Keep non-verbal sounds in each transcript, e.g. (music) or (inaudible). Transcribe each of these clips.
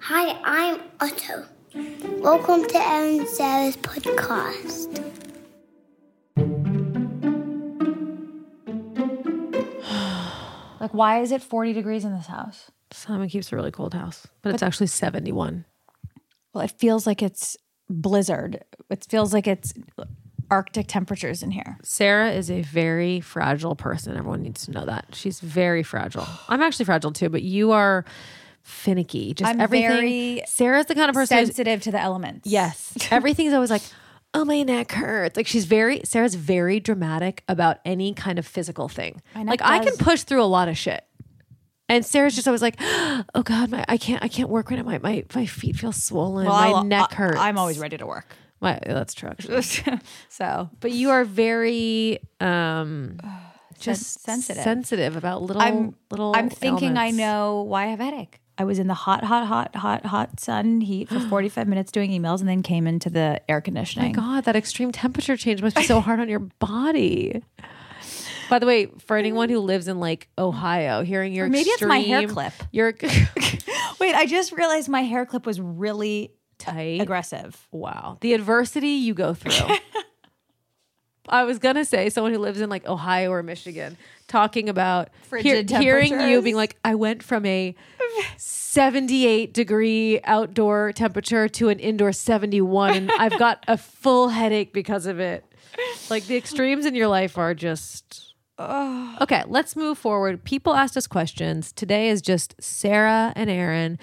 Hi, I'm Otto. Welcome to Erin and Sarah's podcast. Like, why is it 40 degrees in this house? Simon keeps a really cold house, but it's actually 71. Well, it feels like it's blizzard. It feels like it's Arctic temperatures in here. Sarah is a very fragile person. Everyone needs to know that. She's (sighs) very fragile. I'm actually fragile too, but you are finicky. Just I'm everything. very Sarah's the kind of person who's Sensitive to the elements. (laughs) Yes. Everything's always like, oh, my neck hurts. Like she's very, Sarah's very dramatic about any kind of physical thing. My Like neck I does. can push through a lot of shit. And Sarah's just always like, oh God, my, I can't, I can't work right now. My, my, my feet feel swollen. Well, my I'll- neck I- hurts. I'm always ready to work. (laughs) My, that's true. Actually. so, But you are very, um, just sensitive. sensitive about little, I'm little. I'm thinking I ailments. know why I have a headache. I was in the hot, hot, hot, hot, hot sun heat for (gasps) 45 minutes doing emails and then came into the air conditioning. God, that extreme temperature change must be so hard on your (laughs) body. By the way, for anyone who lives in like Ohio, hearing your maybe it's extreme, my hair clip. (laughs) You're Wait, I just realized my hair clip was really (laughs) tight. aggressive. wow, the adversity you go (laughs) through. I was gonna say someone who lives in like Ohio or Michigan talking about Frigid hearing you temperatures. being like, I went from a 78 degree outdoor temperature to an indoor 71, and I've got a full headache because of it. Like the extremes in your life are just. Okay, let's move forward. People asked us questions. Today is just Sarah and Aaron,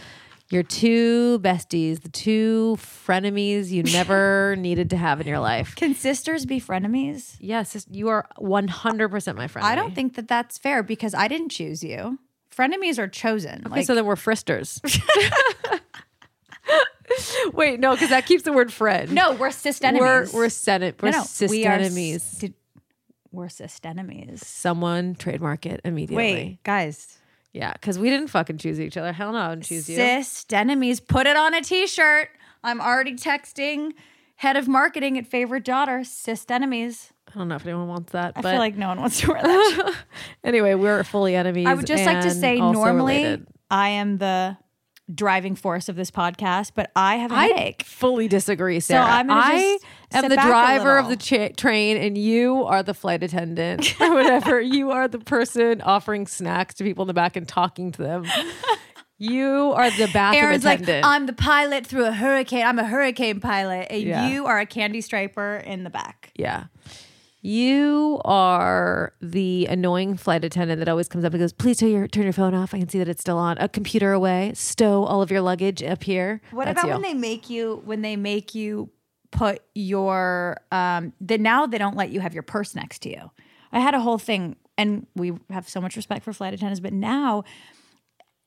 your two besties, the two frenemies you never (laughs) needed to have in your life. Can sisters be frenemies? Yes, sis- you are 100% my friend. I don't think that that's fair because I didn't choose you. Frenemies are chosen. Okay, so then we're (laughs) fristers. Wait, no, because that keeps the word friend. no, we're cyst we're enemies. we're sen- we're No, no, cyst we are enemies. s- did- we're cyst enemies. Someone trademark it immediately. Wait, guys. Yeah, because we didn't fucking choose each other. Hell no, I didn't choose you. Cyst enemies. Put it on a t-shirt. I'm already texting head of marketing at favorite daughter. Cyst enemies. I don't know if anyone wants that. I but feel like no one wants to wear (laughs) that. shirt. anyway, we're fully enemies. I would just like to and say also normally related. I am the driving force of this podcast, but I have a I headache. fully disagree, Sarah. I'm gonna I just am sit the back a driver of the little. cha- train, and you are the (laughs) flight attendant (laughs) or whatever. you are the person offering snacks to people in the back and talking to them. You are the bathroom Aaron's like, "Uh, attendant. I'm the pilot through a hurricane. I'm a hurricane pilot, and Yeah. you are a candy striper in the back. yeah. You are the annoying flight attendant that always comes up and goes, "Please turn your turn your phone off. I can see that it's still on. A computer away. Stow all of your luggage up here." What That's about you. when they make you when they make you put your um that now they don't let you have your purse next to you. I had a whole thing and we have so much respect for flight attendants, but now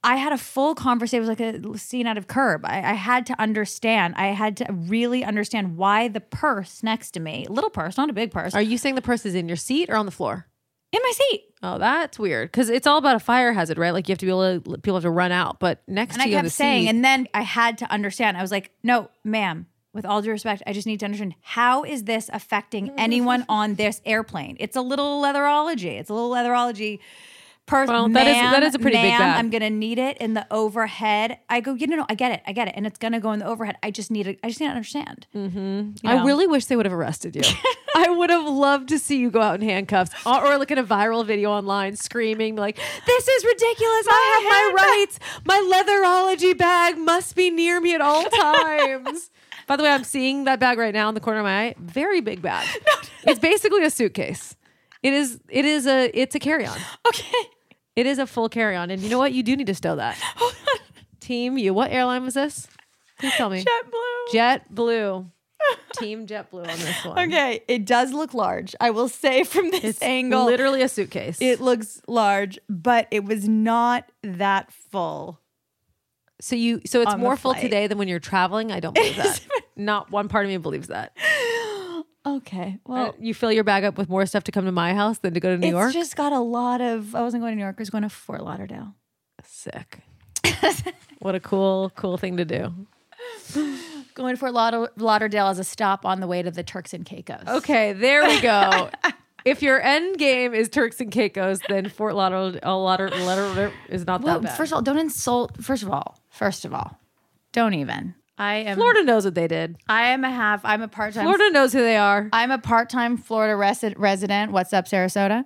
I had a full conversation. It was like a scene out of Curb. I, I had to understand. I had to really understand why the purse next to me, little purse, not a big purse, Are you saying the purse is in your seat or on the floor? in my seat. Oh, that's weird. Because it's all about a fire hazard, right? Like you have to be able to people have to run out, but next And to I you in kept the saying, seat, and then I had to understand. I was like, no, ma'am, with all due respect, I just need to understand how is this (laughs) affecting anyone on this airplane? It's a little leatherology. It's a little leatherology person. Well, that is- ma'am, that is a pretty big ma'am, bag. I'm gonna need it in the overhead. I go, you know, no, I get it, I get it. And it's gonna go in the overhead. I just need it, I just need to understand. Mm-hmm. I really wish they would have arrested you. I would have loved to see you go out in handcuffs uh, or, or like in a viral video online screaming like, "This is ridiculous! I have my rights. My leatherology bag must be near me at all times." By the way, I'm seeing that bag right now in the corner of my eye. Very big bag. it's basically a suitcase. It is. It is a. It's a carry-on. Okay. It is a full carry on. And you know what? You do need to stow that. Team you. What airline was this? Please tell me. JetBlue. (laughs) JetBlue. Team JetBlue on this one. Okay, it does look large. I will say (laughs) from this It's angle. literally a suitcase. it looks large, but it was not that full. so you so it's on the more full flight. today than when you're traveling. I don't (laughs) believe that. Not one part of me believes that. Okay. Uh, Well, you fill your bag up with more stuff to come to my house than to go to New it's York. just got a lot of. I wasn't going to New York. I was going to Fort Lauderdale. Sick. (laughs) what a cool, cool thing to do. Going to Fort Lauder- Lauderdale as a stop on the way to the Turks and Caicos. Okay, there we (laughs) go. if your end game is Turks and Caicos, then Fort Lauderdale Lauder, Lauder, is not Well, that bad. first of all, don't insult. First of all, first of all, Don't even. I am. Florida knows what they did. I am a half. I'm a part time. Florida knows who they are. I'm a part time Florida resi- resident. What's up, Sarasota?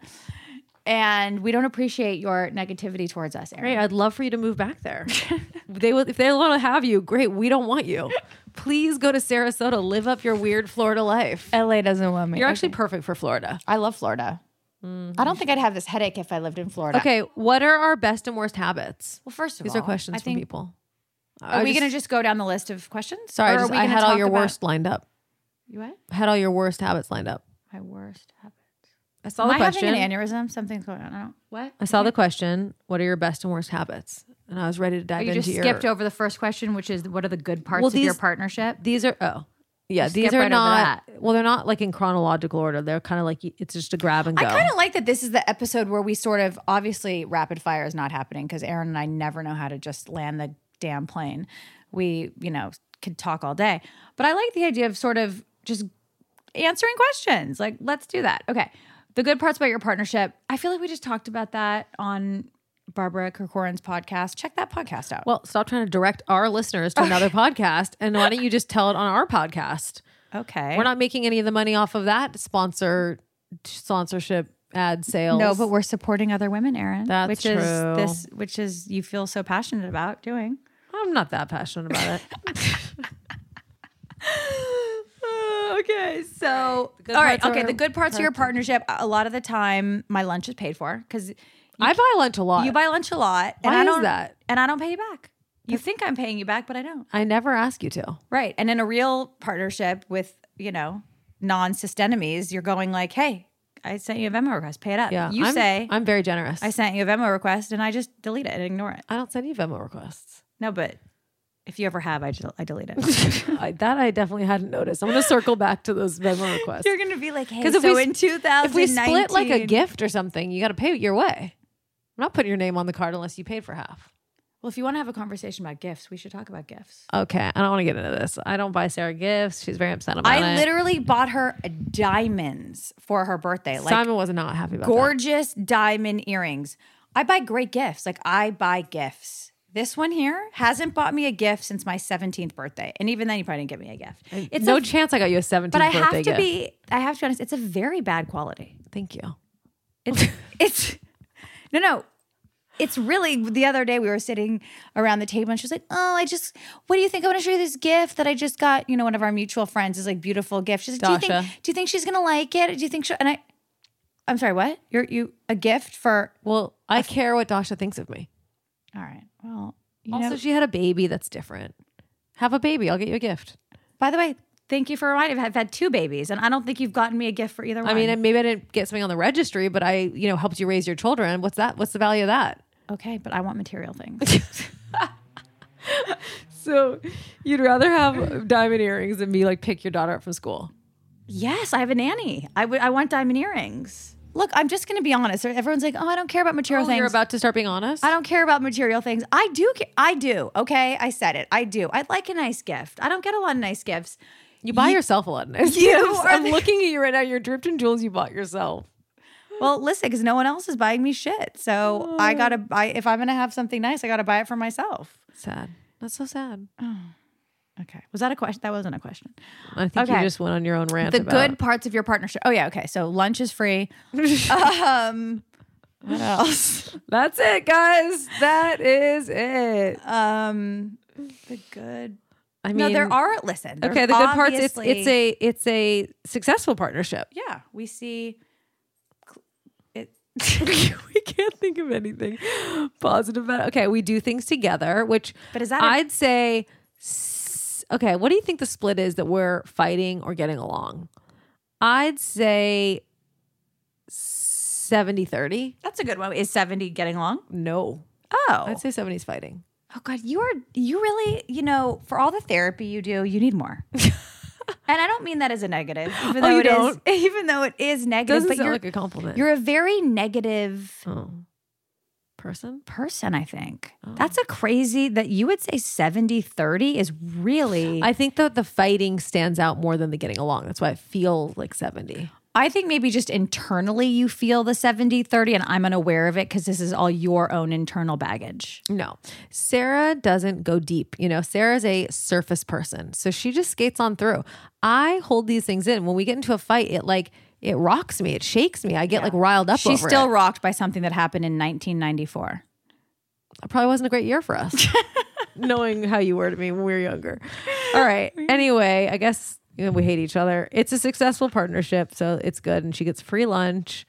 And we don't appreciate your negativity towards us, Erin. Great. I'd love for you to move (laughs) back there. they will if they want to have you. Great. We don't want you. Please go to Sarasota. Live up your weird Florida life. LA doesn't want me. You're actually perfect for Florida. I love Florida. I don't think I'd have this headache if I lived in Florida. Okay. What are our best and worst habits? Well, first of These all, are questions I think, from people. Are we going to just go down the list of questions? Sorry, I, Or are just, we I gonna had all talk your about- worst lined up. You what? I had all your worst habits lined up. My worst habit. I saw Am the I question. having an aneurysm? Something's going on. I don't- What? I saw the question. What are your best and worst habits? And I was ready to dive Oh, You into just your. skipped over the first question, which is what are the good parts Well, of your these- partnership? These are oh. Yeah, Just these skip are right over not. Well, they're not like in chronological order. They're kind of like it's just a grab and go. I kind of like that this is the episode where we sort of obviously rapid fire is not happening because Aaron and I never know how to just land the damn plane. We, you know, could talk all day. But I like the idea of sort of just answering questions. Like, let's do that. Okay. The good parts about your partnership. I feel like we just talked about that on Barbara Kirkoran's podcast. Check that podcast out. well, stop trying to direct our listeners to (laughs) another podcast, and why don't you just tell it on our podcast? okay. We're not making any of the money off of that sponsor sponsorship ad sales. no, but we're supporting other women, Aaron. That's which true. is this which is you feel so passionate about (laughs) doing. I'm not that passionate (laughs) about it. Uh, okay, so good all right, parts of okay. our The good parts of your partnership. A lot of the time, my lunch is paid for because I buy lunch a lot. you buy lunch a lot. and Why I is don't, that? And I don't pay you back. You think I'm paying you back, but I don't. I never ask you to. Right. And in a real partnership with you know non-cyst enemies, you're going like, "Hey, I sent you a Venmo request. Pay it up." Yeah, You I'm, say I'm very generous. I sent you a Venmo request, and I just delete it and ignore it. I don't send you Venmo requests. No, but if you ever have, I del- I delete (laughs) it. I, that I definitely hadn't noticed. I'm going to circle back to those (laughs) Venmo requests. You're gonna be like, hey, 'Cause so if we in s- If we 2019, split like a gift or something, you got to pay it your way. I'm not putting your name on the card unless you paid for half. Well, if you want to have a conversation about gifts, we should talk about gifts. Okay, I don't want to get into this. I don't buy Sarah gifts. She's very upset about it. I literally bought her diamonds for her birthday, like Simon was not happy about that. gorgeous diamond earrings. I buy great gifts. Like I buy gifts. This one here hasn't bought me a gift since my 17th birthday, and even then, you probably didn't give me a gift. It's no a, chance I got you a 17th but I birthday have to gift. be. I have to be honest. It's a very bad quality. Thank you. It's (laughs) it's no no. It's really the other day we were sitting around the table and she was like, "Oh, I just what do you think? I want to show you this gift that I just got. You know, one of our mutual friends is like beautiful gift. She's like, do you Dasha. think do you think she's gonna like it? Do you think she?" And I, I'm sorry, what? You're you a gift for? Well, I care what Dasha thinks of me. All right. Well, you Also, know. she had a baby. That's different. Have a baby. I'll get you a gift. By the way, thank you for reminding. me. I've had two babies, and I don't think you've gotten me a gift for either one. I mean, and maybe I didn't get something on the registry, but I, you know, helped you raise your children. What's that? What's the value of that? okay, but I want material things. (laughs) (laughs) So you'd rather have diamond earrings than be like pick your daughter up from school. Yes, I have a nanny. I would. I want diamond earrings. Look, I'm just going to be honest. Everyone's like, "Oh, I don't care about material You're things. about to start being honest. I don't care about material things. I do. ca- I do. Okay, I said it. I do. I'd like a nice gift. I don't get a lot of nice gifts. you buy yourself a lot of (laughs) nice You gifts. are I'm the- looking at you right now. You're dripped in jewels you bought yourself. Well, listen, because no one else is buying me shit. So I gotta. buy if I'm gonna have something nice, I gotta buy it for myself. Sad. That's so sad. Okay. Was that a question? That wasn't a question. I think Okay. you just went on your own rant. The about- good parts of your partnership. Oh yeah. Okay. So lunch is (laughs) free. um. What else? That's it, guys. That is it. Um. The good I mean, no, there are. Listen, there's Okay, the good parts. It's it's obviously- a it's a successful partnership. (laughs) yeah. We see cl- it. we can't think of anything positive about it. Okay, we do things together, which But is that a- I'd say s- okay, what do you think the split is that we're fighting or getting along? I'd say 70-30. That's a good one. Is seventy getting along? No. Oh, I'd say 70's fighting. oh God, you are you really you know for all the therapy you do, you need (laughs) more. and I don't mean that as a negative, even Oh, though you it is, don't? (laughs) even though it is negative. Doesn't but sound you're like a compliment. you're a very negative oh. person? person. I think that's a crazy that you would say 70, 30 is really. I think that the fighting stands out more than the getting along. That's why it feels like 70. I think maybe just internally you feel the 70 30 and I'm unaware of it because this is all your own internal baggage. No, Sarah doesn't go deep. You know, Sarah's a surface person, so she just skates on through. I hold these things in. When we get into a fight, it like it rocks me, it shakes me. I get like riled up. She's over still it. rocked by something that happened in 1994. It probably wasn't a great year (laughs) for us, knowing how you were to me when we were younger. All right. Anyway, I guess you know, we hate each other. It's a successful partnership, so it's good, and she gets free lunch.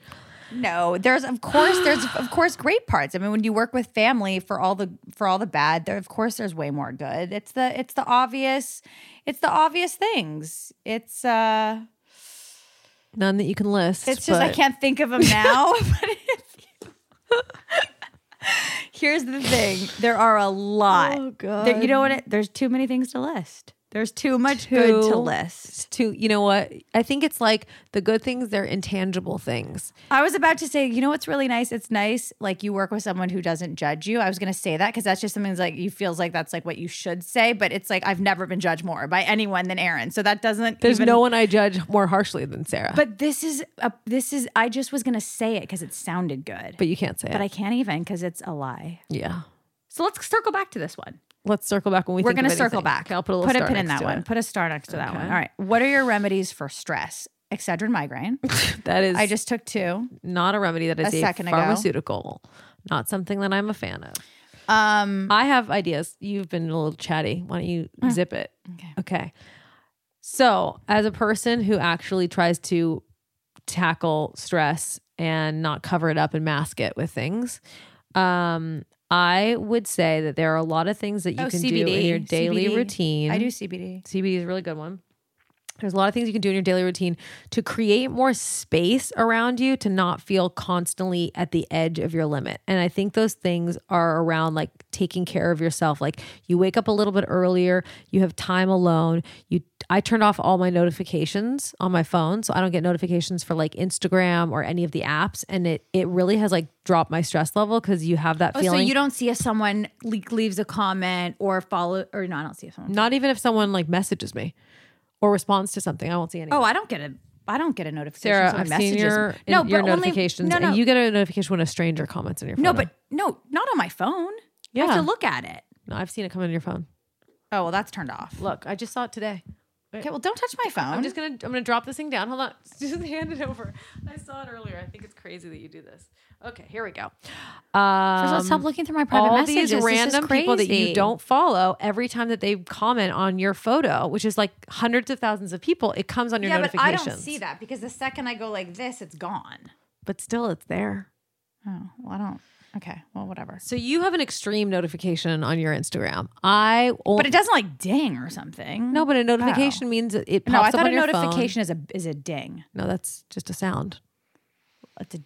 No, there's of course there's of course great parts. I mean, when you work with family for all the for all the bad, there of course there's way more good. It's the it's the obvious it's the obvious things. It's uh None that you can list. It's just I but- can't think of them now. (laughs) but (laughs) it's- Here's the thing: there are a lot. Oh, There- you know what? It, there's too many things to list. There's too much good to Too- list. To you know what? I think it's like the good things. They're intangible things. I was about to say, you know what's really nice? It's nice like you work with someone who doesn't judge you. I was going to say that because that's just something that's like you feels like that's like what you should say, but it's like I've never been judged more by anyone than Aaron, so that doesn't. There's even- no one I judge more harshly than Sarah. But this is a, this is. I just was going to say it because it sounded good, but you can't say but it. I can't even because it's a lie. yeah. So let's circle back to this one. Let's circle back when we. We're think going of to circle anything. back. Okay, I'll put a little star pin in next that to one. it. Put a star next to that one. Okay. All right. What are your remedies for stress? Excedrin migraine. That is I just took two. not a remedy. That is A a, second ago. pharmaceutical. Not something that I'm a fan of. Um, I have ideas. You've been a little chatty. Why don't you zip it? Mm. Okay. Okay. So, as a person who actually tries to tackle stress and not cover it up and mask it with things, um, I would say that there are a lot of things that you Oh, can do in CBD. your daily CBD. routine. I do CBD. CBD is a really good one. There's a lot of things you can do in your daily routine to create more space around you to not feel constantly at the edge of your limit. And I think those things are around like taking care of yourself. Like you wake up a little bit earlier, you have time alone. You I turned off all my notifications on my phone, so I don't get notifications for like Instagram or any of the apps and it it really has like dropped my stress level cuz you have that Oh, so feeling you don't see if someone le- leaves a comment or follow, or no, I don't see if someone. not even if someone like messages me or responds to something, I won't see anything. Oh, I don't get a. I don't get a notification. Sarah, someone I've seen messages your, me. no, your but only- notifications. no, no, And you get a notification when a stranger comments on your phone. no, but no, not on my phone. I Yeah. have to look at it. I've seen it come on your phone. Oh well, that's turned off. Look, I just saw it today. Okay, well, don't touch my phone. I'm just gonna I'm gonna drop this thing down. Hold on. (laughs) Just hand it over. I saw it earlier. I think it's crazy that you do this. Okay, here we go. First of all, Um, stop looking through my private all messages. This these is random people that you crazy. don't follow every time that they comment on your photo, which is like hundreds of thousands of people, it comes on your Yeah, but I notifications. don't see that because the second I go like this, it's gone. But still, it's there. Oh, well, I don't. Okay. Well, whatever. So you have an extreme notification on your Instagram. I only But it doesn't like ding or something. No, but a notification means it it pops no, I up thought on a your notification is a is a ding. Phone. No, that's just a sound. It's a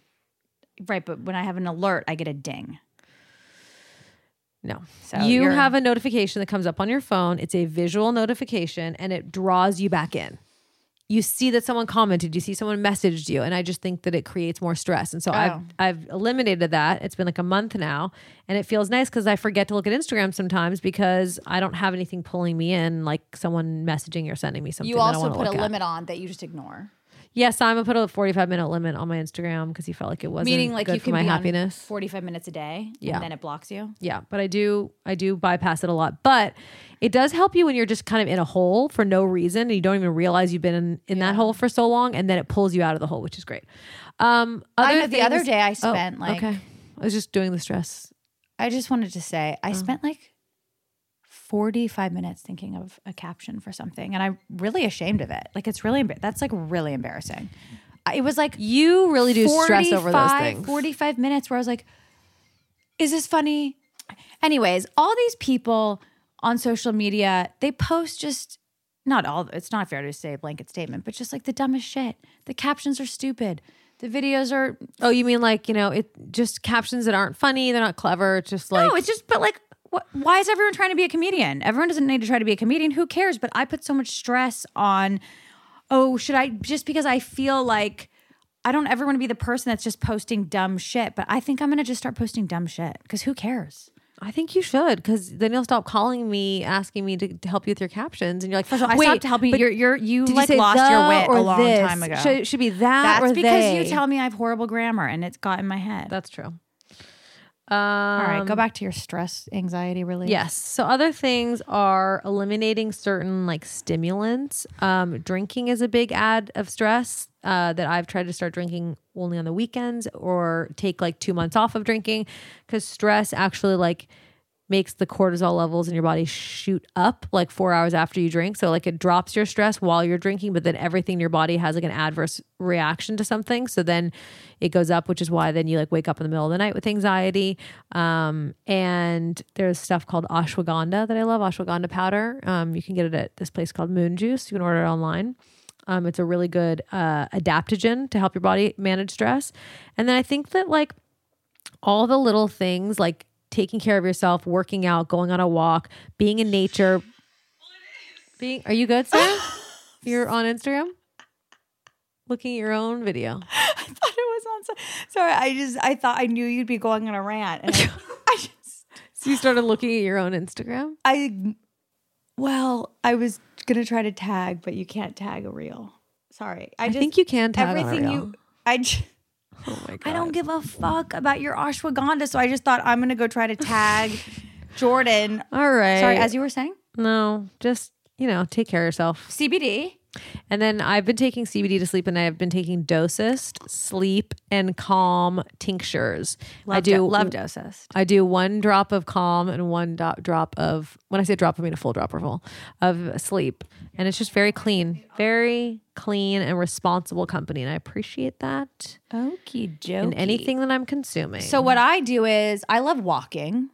right, but when I have an alert, I get a ding. No, So you you're- have a notification that comes up on your phone. It's a visual notification, and it draws you back in. You see that someone commented, you see someone messaged you, and I just think that it creates more stress. And so I've Oh. I've eliminated that. It's been like a month now, and it feels nice because I forget to look at Instagram sometimes because I don't have anything pulling me in, like someone messaging or sending me something. You that I also wanna put a look at. limit on that you just ignore. Yeah, Simon put a 45 minute limit on my Instagram because he felt like it wasn't Meaning, like good you for can my be happiness. on forty-five minutes a day, Yeah. and then it blocks you. yeah, but I do I do bypass it a lot. But it does help you when you're just kind of in a hole for no reason and you don't even realize you've been in, in that hole for so long and then it pulls you out of the hole, which is great. Um I other know the other things- day I Oh, spent like Okay. I was just doing the stress. I just wanted to say I spent like 45 minutes thinking of a caption for something and I'm really ashamed of it. Like it's really embar- that's like really embarrassing. I- It was like You really do stress over those 45 things. 45 minutes where I was like is this funny? Anyways, all these people on social media, they post just not all it's not fair to say a blanket statement, but just like the dumbest shit. The captions are stupid. The videos are Oh, you mean like, you know, it just captions that aren't funny, they're not clever, it's just like No, it's just, but like, what, why is everyone trying to be a comedian? Everyone doesn't need to try to be a comedian. Who cares? But I put so much stress on, oh, should I, just because I feel like I don't ever want to be the person that's just posting dumb shit, but I think I'm going to just start posting dumb shit because who cares? I think you should because then you'll stop calling me asking me to, to help you with your captions, and you're like, first of all, I Wait, stopped helping but you. you're- you, Did like, say lost the your wit a or long this? time ago. Should, should be that. That's or because you they. tell me I have horrible grammar and it's got in my head. That's true. All right, go Um, back to your stress, anxiety relief. Yes. So other things are eliminating certain like stimulants. Um, drinking is a big ad of stress uh, that I've tried to start drinking only on the weekends or take like two months off of drinking because stress actually like makes the cortisol levels in your body shoot up like four hours after you drink. So like it drops your stress while you're drinking, but then everything in your body has like an adverse reaction to something. So then it goes up, which is why then you like wake up in the middle of the night with anxiety. Um, and there's stuff called ashwagandha that I love, ashwagandha powder. Um, you can get it at this place called Moon Juice. You can order it online. Um, it's a really good uh, adaptogen to help your body manage stress. And then I think that like all the little things like taking care of yourself, working out, going on a walk, being in nature. Being are (laughs) you good, Sarah? You're on Instagram? Looking at your own video. (laughs) I thought it was on. so- Sorry, I just I thought I knew you'd be going on a rant, and I, (laughs) I just So you started looking at your own Instagram? I well I was gonna try to tag, but you can't tag a reel. Sorry, I, I just think you can tag everything on a reel. you I. j- (laughs) oh my god. I don't give a fuck about your ashwagandha, so I just thought I'm gonna go try to (laughs) tag Jordan. All right. Sorry, as you were saying, No, just you know, take care of yourself. CBD. And then I've been taking CBD to sleep, and I've been taking Dosist, sleep, and calm tinctures. I do love doses. I do one drop of calm and one do- drop of when I say drop, I mean a full drop or full of sleep, and it's just very clean, very clean and responsible company, and I appreciate that Okie dokie. in anything that I'm consuming. So what I do is I love walking.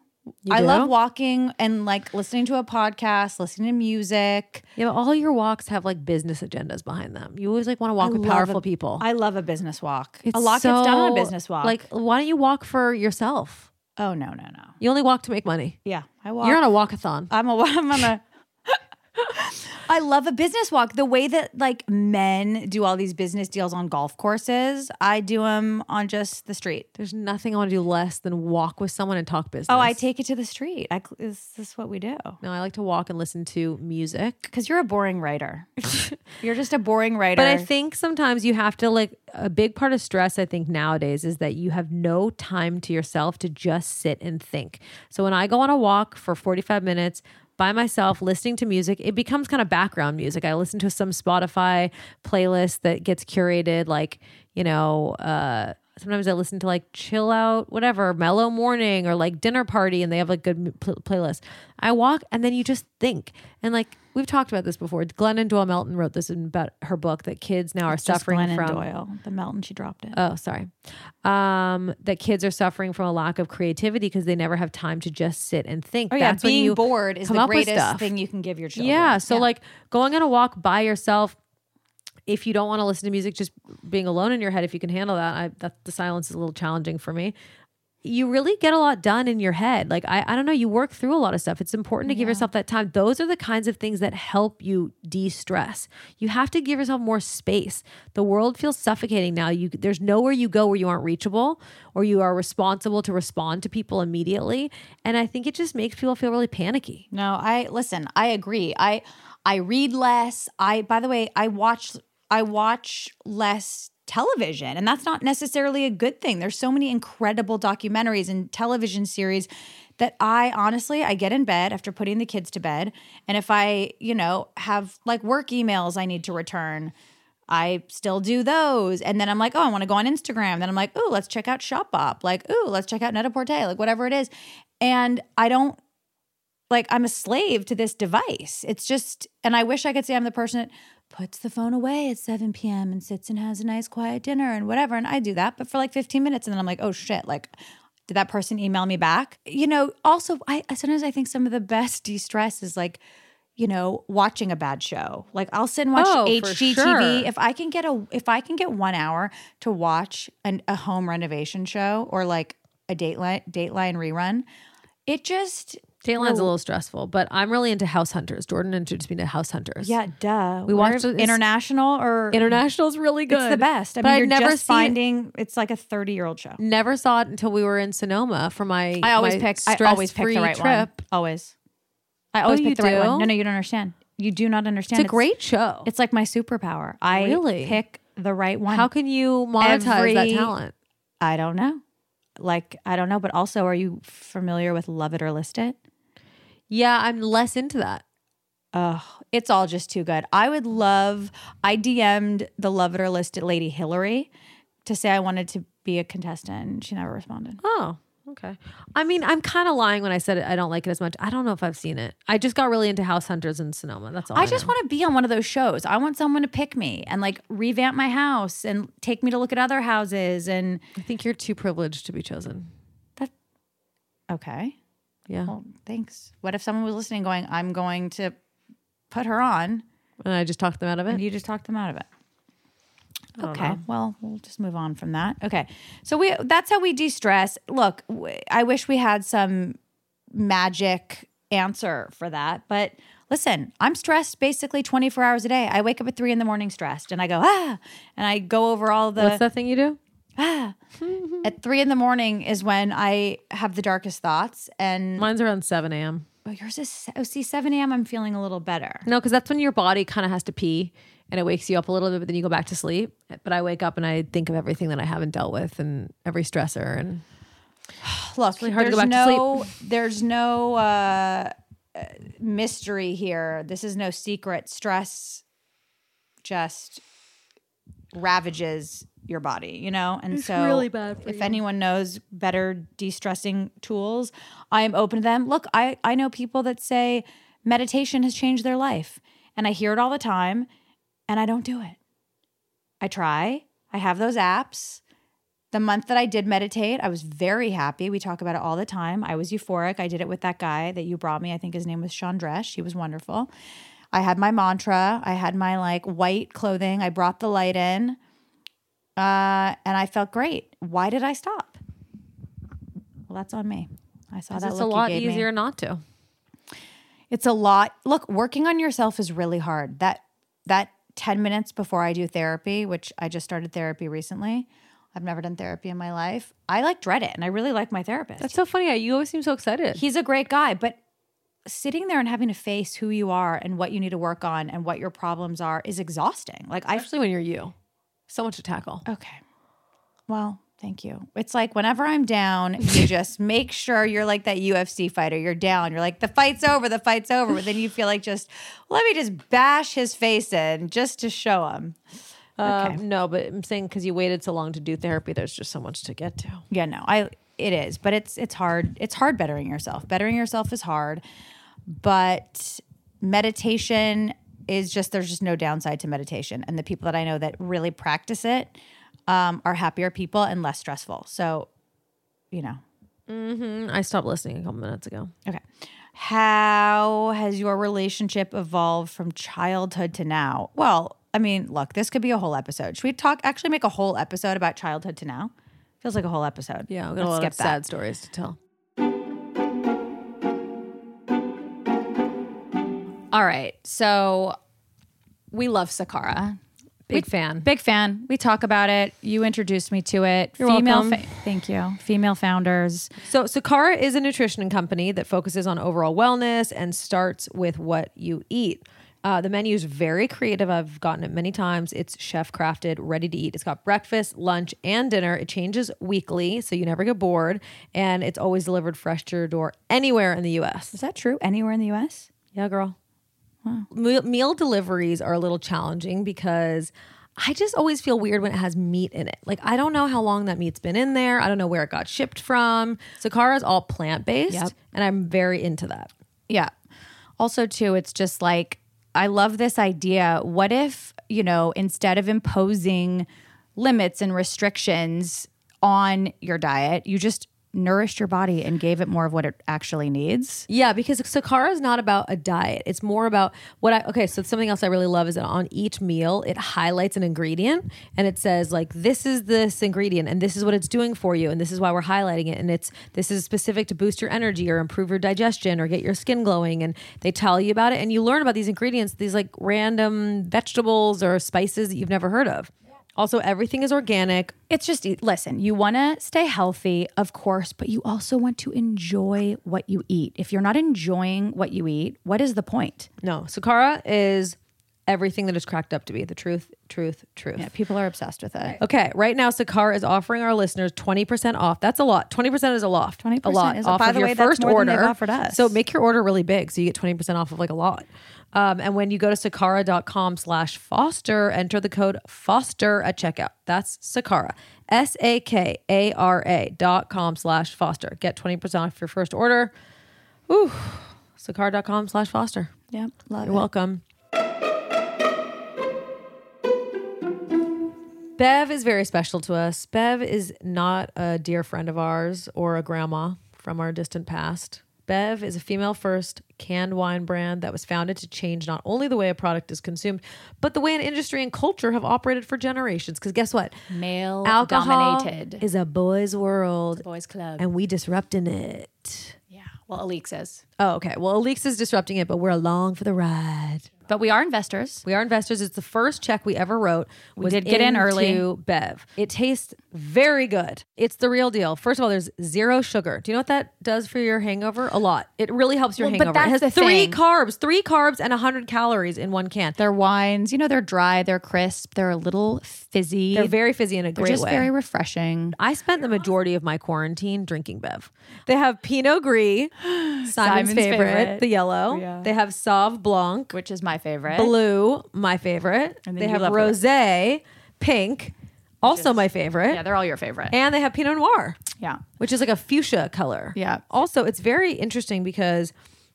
I do? love walking and like listening to a podcast, listening to music. yeah, but all your walks have like business agendas behind them. You always like want to walk with love powerful a- people. I love a business walk. It's a lot gets done on a so- business walk. Like, why don't you walk for yourself? oh no no no. You only walk to make money. Yeah, I walk. You're on a walkathon. I'm a (laughs) I'm on a. I love a business walk. The way that like men do all these business deals on golf courses, I do them on just the street. There's nothing I want to do less than walk with someone and talk business. Oh, I take it to the street. I, cl- is this what we do? No, I like to walk and listen to music. Because you're a boring (laughs) writer. you're just a boring writer. But I think sometimes you have to like a big part of stress I think nowadays is that you have no time to yourself to just sit and think. So when I go on a walk for 45 minutes by myself listening to music, it becomes kind of background music. I listen to some Spotify playlist that gets curated like, you know, uh Sometimes I listen to like chill out, whatever, mellow morning or like dinner party, and they have like good m- pl- playlist. I walk and then you just think. And like we've talked about this before. Glennon Doyle Melton wrote this in about her book that kids now are Just suffering Glennon from. Doyle, the Melton. She dropped it. Oh, sorry. Um, that kids are suffering from a lack of creativity because they never have time to just sit and think. Oh, yeah, That's when being you bored is come the up with greatest stuff. thing you can give your children. Yeah. So like going on a walk by yourself, if you don't want to listen to music, just being alone in your head, if you can handle that, I, that the silence is a little challenging for me. You really get a lot done in your head. Like I, I don't know, you work through a lot of stuff. It's important to give yourself that time. Those are the kinds of things that help you de-stress. You have to give yourself more space. The world feels suffocating now. You there's nowhere you go where you aren't reachable or you are responsible to respond to people immediately. And I think it just makes people feel really panicky. no, I listen. I agree. I I read less. I by the way, I watch I watch less television, and that's not necessarily a good thing. There's so many incredible documentaries and television series that I honestly I get in bed after putting the kids to bed, and if I you know have like work emails I need to return. I still do those. And then I'm like, oh, I want to go on Instagram. Then I'm like, oh, let's check out Shop Up. Like, oh, let's check out net like whatever it is. And I don't like I'm a slave to this device. It's just, and I wish I could say I'm the person that puts the phone away at 7 p.m. and sits and has a nice quiet dinner and whatever. And I do that, but for like 15 minutes, and then I'm like, oh shit, like, did that person email me back? You know, also, I I- sometimes I think some of the best de stress is like, you know, watching a bad show. Like I'll sit and watch Oh, for HGTV sure. if I can get a if I can get one hour to watch an, a home renovation show or like a Dateline Dateline rerun, it just Dateline's a little stressful, but I'm really into House Hunters. Jordan introduced me to House Hunters. Yeah, duh. We watched Where- this- international or International's really good. It's the best. I But mean, I'd you're never just seen it- finding it's like a 30 year old show. Never saw it until we were in Sonoma for my I always my pick. I always pick the stress-free right trip. one. Always. I always you pick the right one. do? No, no, you don't understand. You do not understand. It's a great show. It's like my superpower. I Really? pick the right one. How can you monetize that Every- talent? I don't know. Like I don't know, but also, are you familiar with Love It or List It? Yeah, I'm less into that. Oh, it's all just too good. I would love. I DM'd the Love It or List It lady Hillary to say I wanted to be a contestant. and She never responded. Oh, okay. I mean, I'm kind of lying when I said it. I don't like it as much. I don't know if I've seen it. I just got really into House Hunters in Sonoma. That's all. I, I just want to be on one of those shows. I want someone to pick me and like revamp my house and take me to look at other houses and I think you're too privileged to be chosen. okay. Yeah, Well, thanks. What if someone was listening going, I'm going to put her on and I just talked them out of and it. you just talked them out of it? Okay. Well, we'll just move on from that. Okay. So we that's how we de-stress. Look, w- I wish we had some magic answer for that, but listen, I'm stressed basically 24 hours a day. I wake up at 3 in the morning stressed and I go, "Ah." And I go over all the What's that thing you do? at three in the morning is when I have the darkest thoughts, and Mine's around 7 a.m. oh, yours is se- oh, see seven a.m. I'm feeling a little better. No, because that's when your body kind of has to pee and it wakes you up a little bit, but then you go back to sleep. But I wake up and I think of everything that I haven't dealt with and every stressor. And Look, hard to there's go back to sleep. no there's no uh, uh, mystery here. This is no secret. Stress just ravages your body, you know. And so, really bad for if you. anyone knows better de-stressing tools, I am open to them. Look, I I know people that say meditation has changed their life, and I hear it all the time, and I don't do it. I try. I have those apps. The month that I did meditate, I was very happy. We talk about it all the time. I was euphoric. I did it with that guy that you brought me. I think his name was Chandresh. He was wonderful. I had my mantra. I had my like white clothing. I brought the light in. Uh, and I felt great. Why did I stop? Well, that's on me. I saw that. it's a look you lot gave me. easier not to. It's a lot. Look, working on yourself is really hard. That that 10 minutes before I do therapy, which I just started therapy recently. I've never done therapy in my life. I like dread it and I really like my therapist. That's so funny. You always seem so excited. He's a great guy, but sitting there and having to face who you are and what you need to work on and what your problems are is exhausting. Like I Especially when you're you. So much to tackle. Okay. Well, thank you. It's like whenever I'm down, you just make sure you're like that UFC fighter. You're down. You're like, the fight's over, the fight's over. But then you feel like just let me just bash his face in just to show him. Um, No, but I'm saying because you waited so long to do therapy, there's just so much to get to. Yeah, no, I it is, but it's it's hard. It's hard bettering yourself. Bettering yourself is hard, but meditation is just there's just no downside to meditation. And the people that I know that really practice it um, are happier people and less stressful. So, you know, Mm, I stopped listening a couple minutes ago. Okay. How has your relationship evolved from childhood to now? Well, I mean, look, this could be a whole episode. Should we talk actually make a whole episode about childhood to now? Feels like a whole episode. Yeah, we Let's got a lot skip of that. sad stories to tell. All right. So we love Sakara. Big fan. Big fan. We talk about it. You introduced me to it. You're Female welcome. fa- thank you. Female founders. So, Sakara is a nutrition company that focuses on overall wellness and starts with what you eat. Uh, the menu is very creative. I've gotten it many times. It's chef crafted, ready to eat. It's got breakfast, lunch, and dinner. It changes weekly, so you never get bored. And it's always delivered fresh to your door anywhere in the US. Is that true anywhere in the US? Yeah, girl. Meal, meal deliveries are a little challenging because I just always feel weird when it has meat in it. Like I don't know how long that meat's been in there. I don't know where it got shipped from. Sakara's all plant based, Yep. and I'm very into that. Yeah. Also, too, it's just like, I love this idea. What if, you know, instead of imposing limits and restrictions on your diet, you just nourished your body and gave it more of what it actually needs. Yeah, because Sakara is not about a diet. It's more about what I okay. So something else I really love is that on each meal it highlights an ingredient and it says like this is this ingredient and this is what it's doing for you and this is why we're highlighting it and it's this is specific to boost your energy or improve your digestion or get your skin glowing and they tell you about it and you learn about these ingredients these like random vegetables or spices that you've never heard of. Also, everything is organic. It's just e- listen, you want to stay healthy, of course, but you also want to enjoy what you eat. If you're not enjoying what you eat, what is the point? No, Sakara is everything that it's cracked up to be. The truth, truth, truth. Yeah, people are obsessed with it. Okay, right now Sakara is offering our listeners 20% off. That's a lot. 20% is a lot. 20% a lot is a- off by of the your way, that's first more than order. they've offered us. So make your order really big so you get 20% off of like a lot. Um, and when you go to sakara.com slash foster, enter the code foster at checkout. That's Sakara. S A K A R A dot com slash foster. Get 20% off your first order. Ooh, sakara.com slash foster. Yeah, love You're it. welcome. Bev is very special to us. Bev is not a dear friend of ours or a grandma from our distant past. Bev is a female first canned wine brand that was founded to change not only the way a product is consumed, but the way an industry and culture have operated for generations. Because guess what? Male Alcohol dominated. is a boy's world, Boys Club. and we disrupting it. yeah. Well, Aleek says. Oh, okay. Well, Alix is disrupting it, but we're along for the ride. But we are investors. We are investors. It's the first check we ever wrote. We did get in early. Bev. It tastes very good. It's the real deal. First of all, there's zero sugar. Do you know what that does for your hangover? A lot. It really helps your Well, hangover. but that's it has the three thing. carbs, three carbs, and hundred calories in one can. Their wines, you know, they're dry, they're crisp, they're a little fizzy. They're very fizzy in a They're great just way. very refreshing. I spent the majority of my quarantine drinking Bev. They have (gasps) Pinot Gris, Simon's, Simon's favorite, favorite. the yellow. They have Sauv Blanc, Which is my favorite. blue, my favorite. And then They you have love her. rosé, pink, also my favorite. yeah, they're all your favorite. and they have Pinot Noir, Yeah. which is like a fuchsia color. Yeah. Also, it's very interesting because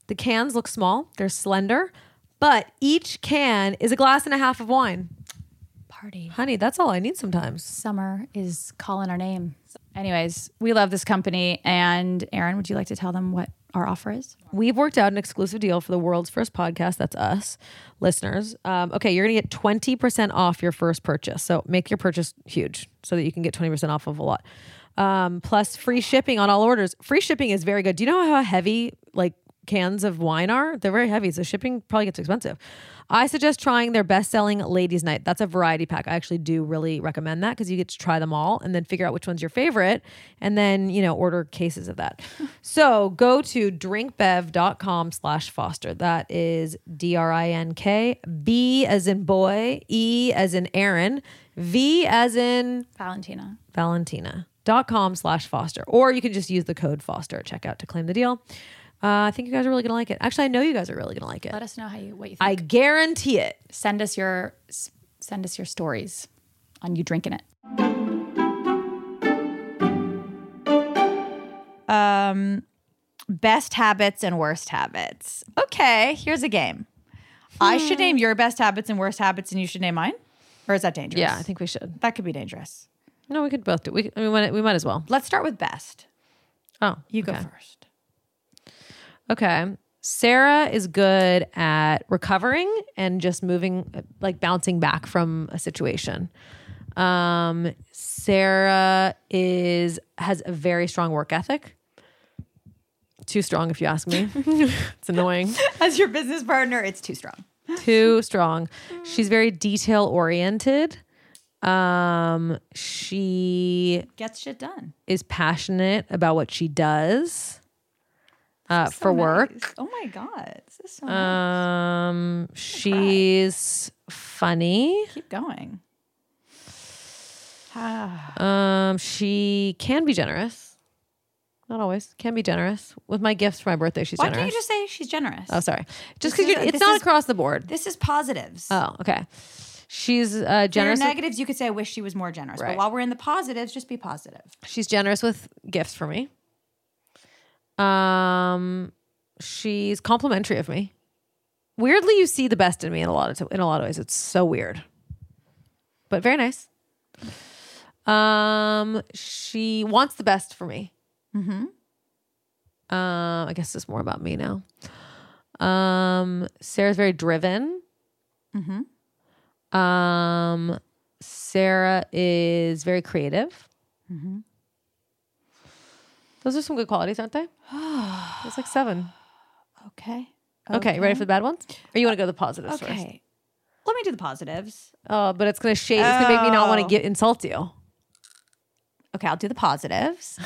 the cans look small, they're slender, but each can is a glass and a half of wine. Party. Honey, that's all I need sometimes. Summer is calling our name. Anyways, we love this company. And Aaron, would you like to tell them what our offer is? We've worked out an exclusive deal for the world's first podcast. That's us, listeners. Um, okay, you're going to get 20% off your first purchase. So make your purchase huge so that you can get 20% off of a lot. Um, plus free shipping on all orders. Free shipping is very good. Do you know how heavy, like, cans of wine are? They're very heavy, so shipping probably gets expensive. I suggest trying their best selling Ladies Night. That's a variety pack. I actually do really recommend that because you get to try them all and then figure out which one's your favorite and then, you know, order cases of that. so go to drinkbev.com slash foster. That is D R I N K, B as in boy, E as in Aaron, V as in Valentina. valentina dot com slash foster or you can just use the code foster at checkout to claim the deal uh, i think you guys are really gonna like it actually i know you guys are really gonna like it Let us know how you what you think. i guarantee it send us your s- send us your stories on you drinking it. Um, best habits and worst habits. Okay, here's a game. I should name your best habits and worst habits, and you should name mine. Or is that dangerous? yeah i think we should that could be dangerous. no we could both do we, I mean, we might- we might as well Let's start with best. oh You go okay. first. (laughs) okay sarah is good at recovering and just moving like bouncing back from a situation um sarah is has a very strong work ethic too strong if you ask me (laughs) it's annoying As your business partner, it's too strong. too strong. She's very detail oriented. Um, she Gets shit done. is passionate about what she does uh, for work. Oh my god, this is so. Um, she's funny. Keep going. Um, she can be generous. Not always. Can be generous with my gifts for my birthday. She's Why generous. can't you just say she's generous? Uh, oh, sorry. Just This because is a- it's this not is- across the board. This is positives. oh, okay. She's uh, For your generous. with- negatives, you could say I wish she was more generous. Right. But while we're in the positives, just be positive. She's generous with gifts for me. Um, she's complimentary of me. Weirdly, you see the best in me in a lot of in a lot of ways. It's so weird, but very nice. Um, she wants the best for me. Mm-hmm. Um, I guess it's more about me now. Um, Sarah's very driven. Mm-hmm. Um, Sarah is very creative. Those are some good qualities, aren't (sighs) they? It's like seven. Okay. Okay, ready for the bad ones? Or you want to go to the positives first? Okay. Let me do the positives. Oh, but it's gonna shade. It's gonna make me not want to get insult you. Okay, I'll do the (laughs) positives.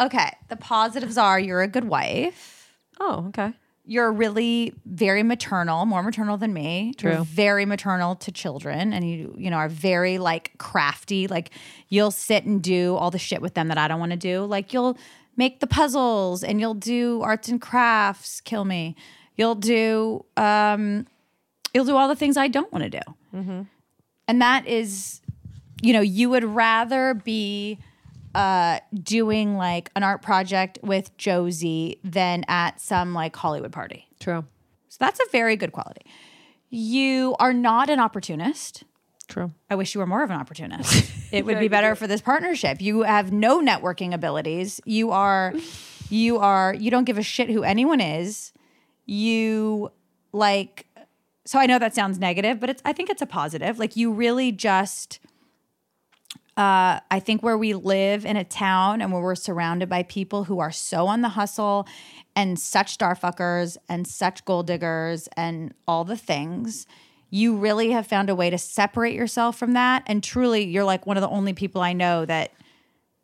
okay. The positives are you're a good wife. Oh, okay. you're really very maternal, more maternal than me. True. You're very maternal to children and you you know are very like crafty. Like you'll sit and do all the shit with them that I don't want to do. Like you'll make the puzzles and you'll do arts and crafts, kill me. You'll do um you'll do all the things I don't want to do. And that is you know, you would rather be uh, doing like an art project with Josie than at some like Hollywood party. True. So that's a very good quality. You are not an opportunist. True. I wish you were more of an opportunist. it would be better for this partnership. You have no networking abilities. You are, you are, you don't give a shit who anyone is. You like, so I know that sounds negative, but it's, I think it's a positive. Like you really just, uh, I think where we live in a town and where we're surrounded by people who are so on the hustle and such starfuckers and such gold diggers and all the things, you really have found a way to separate yourself from that. And truly, you're like one of the only people I know that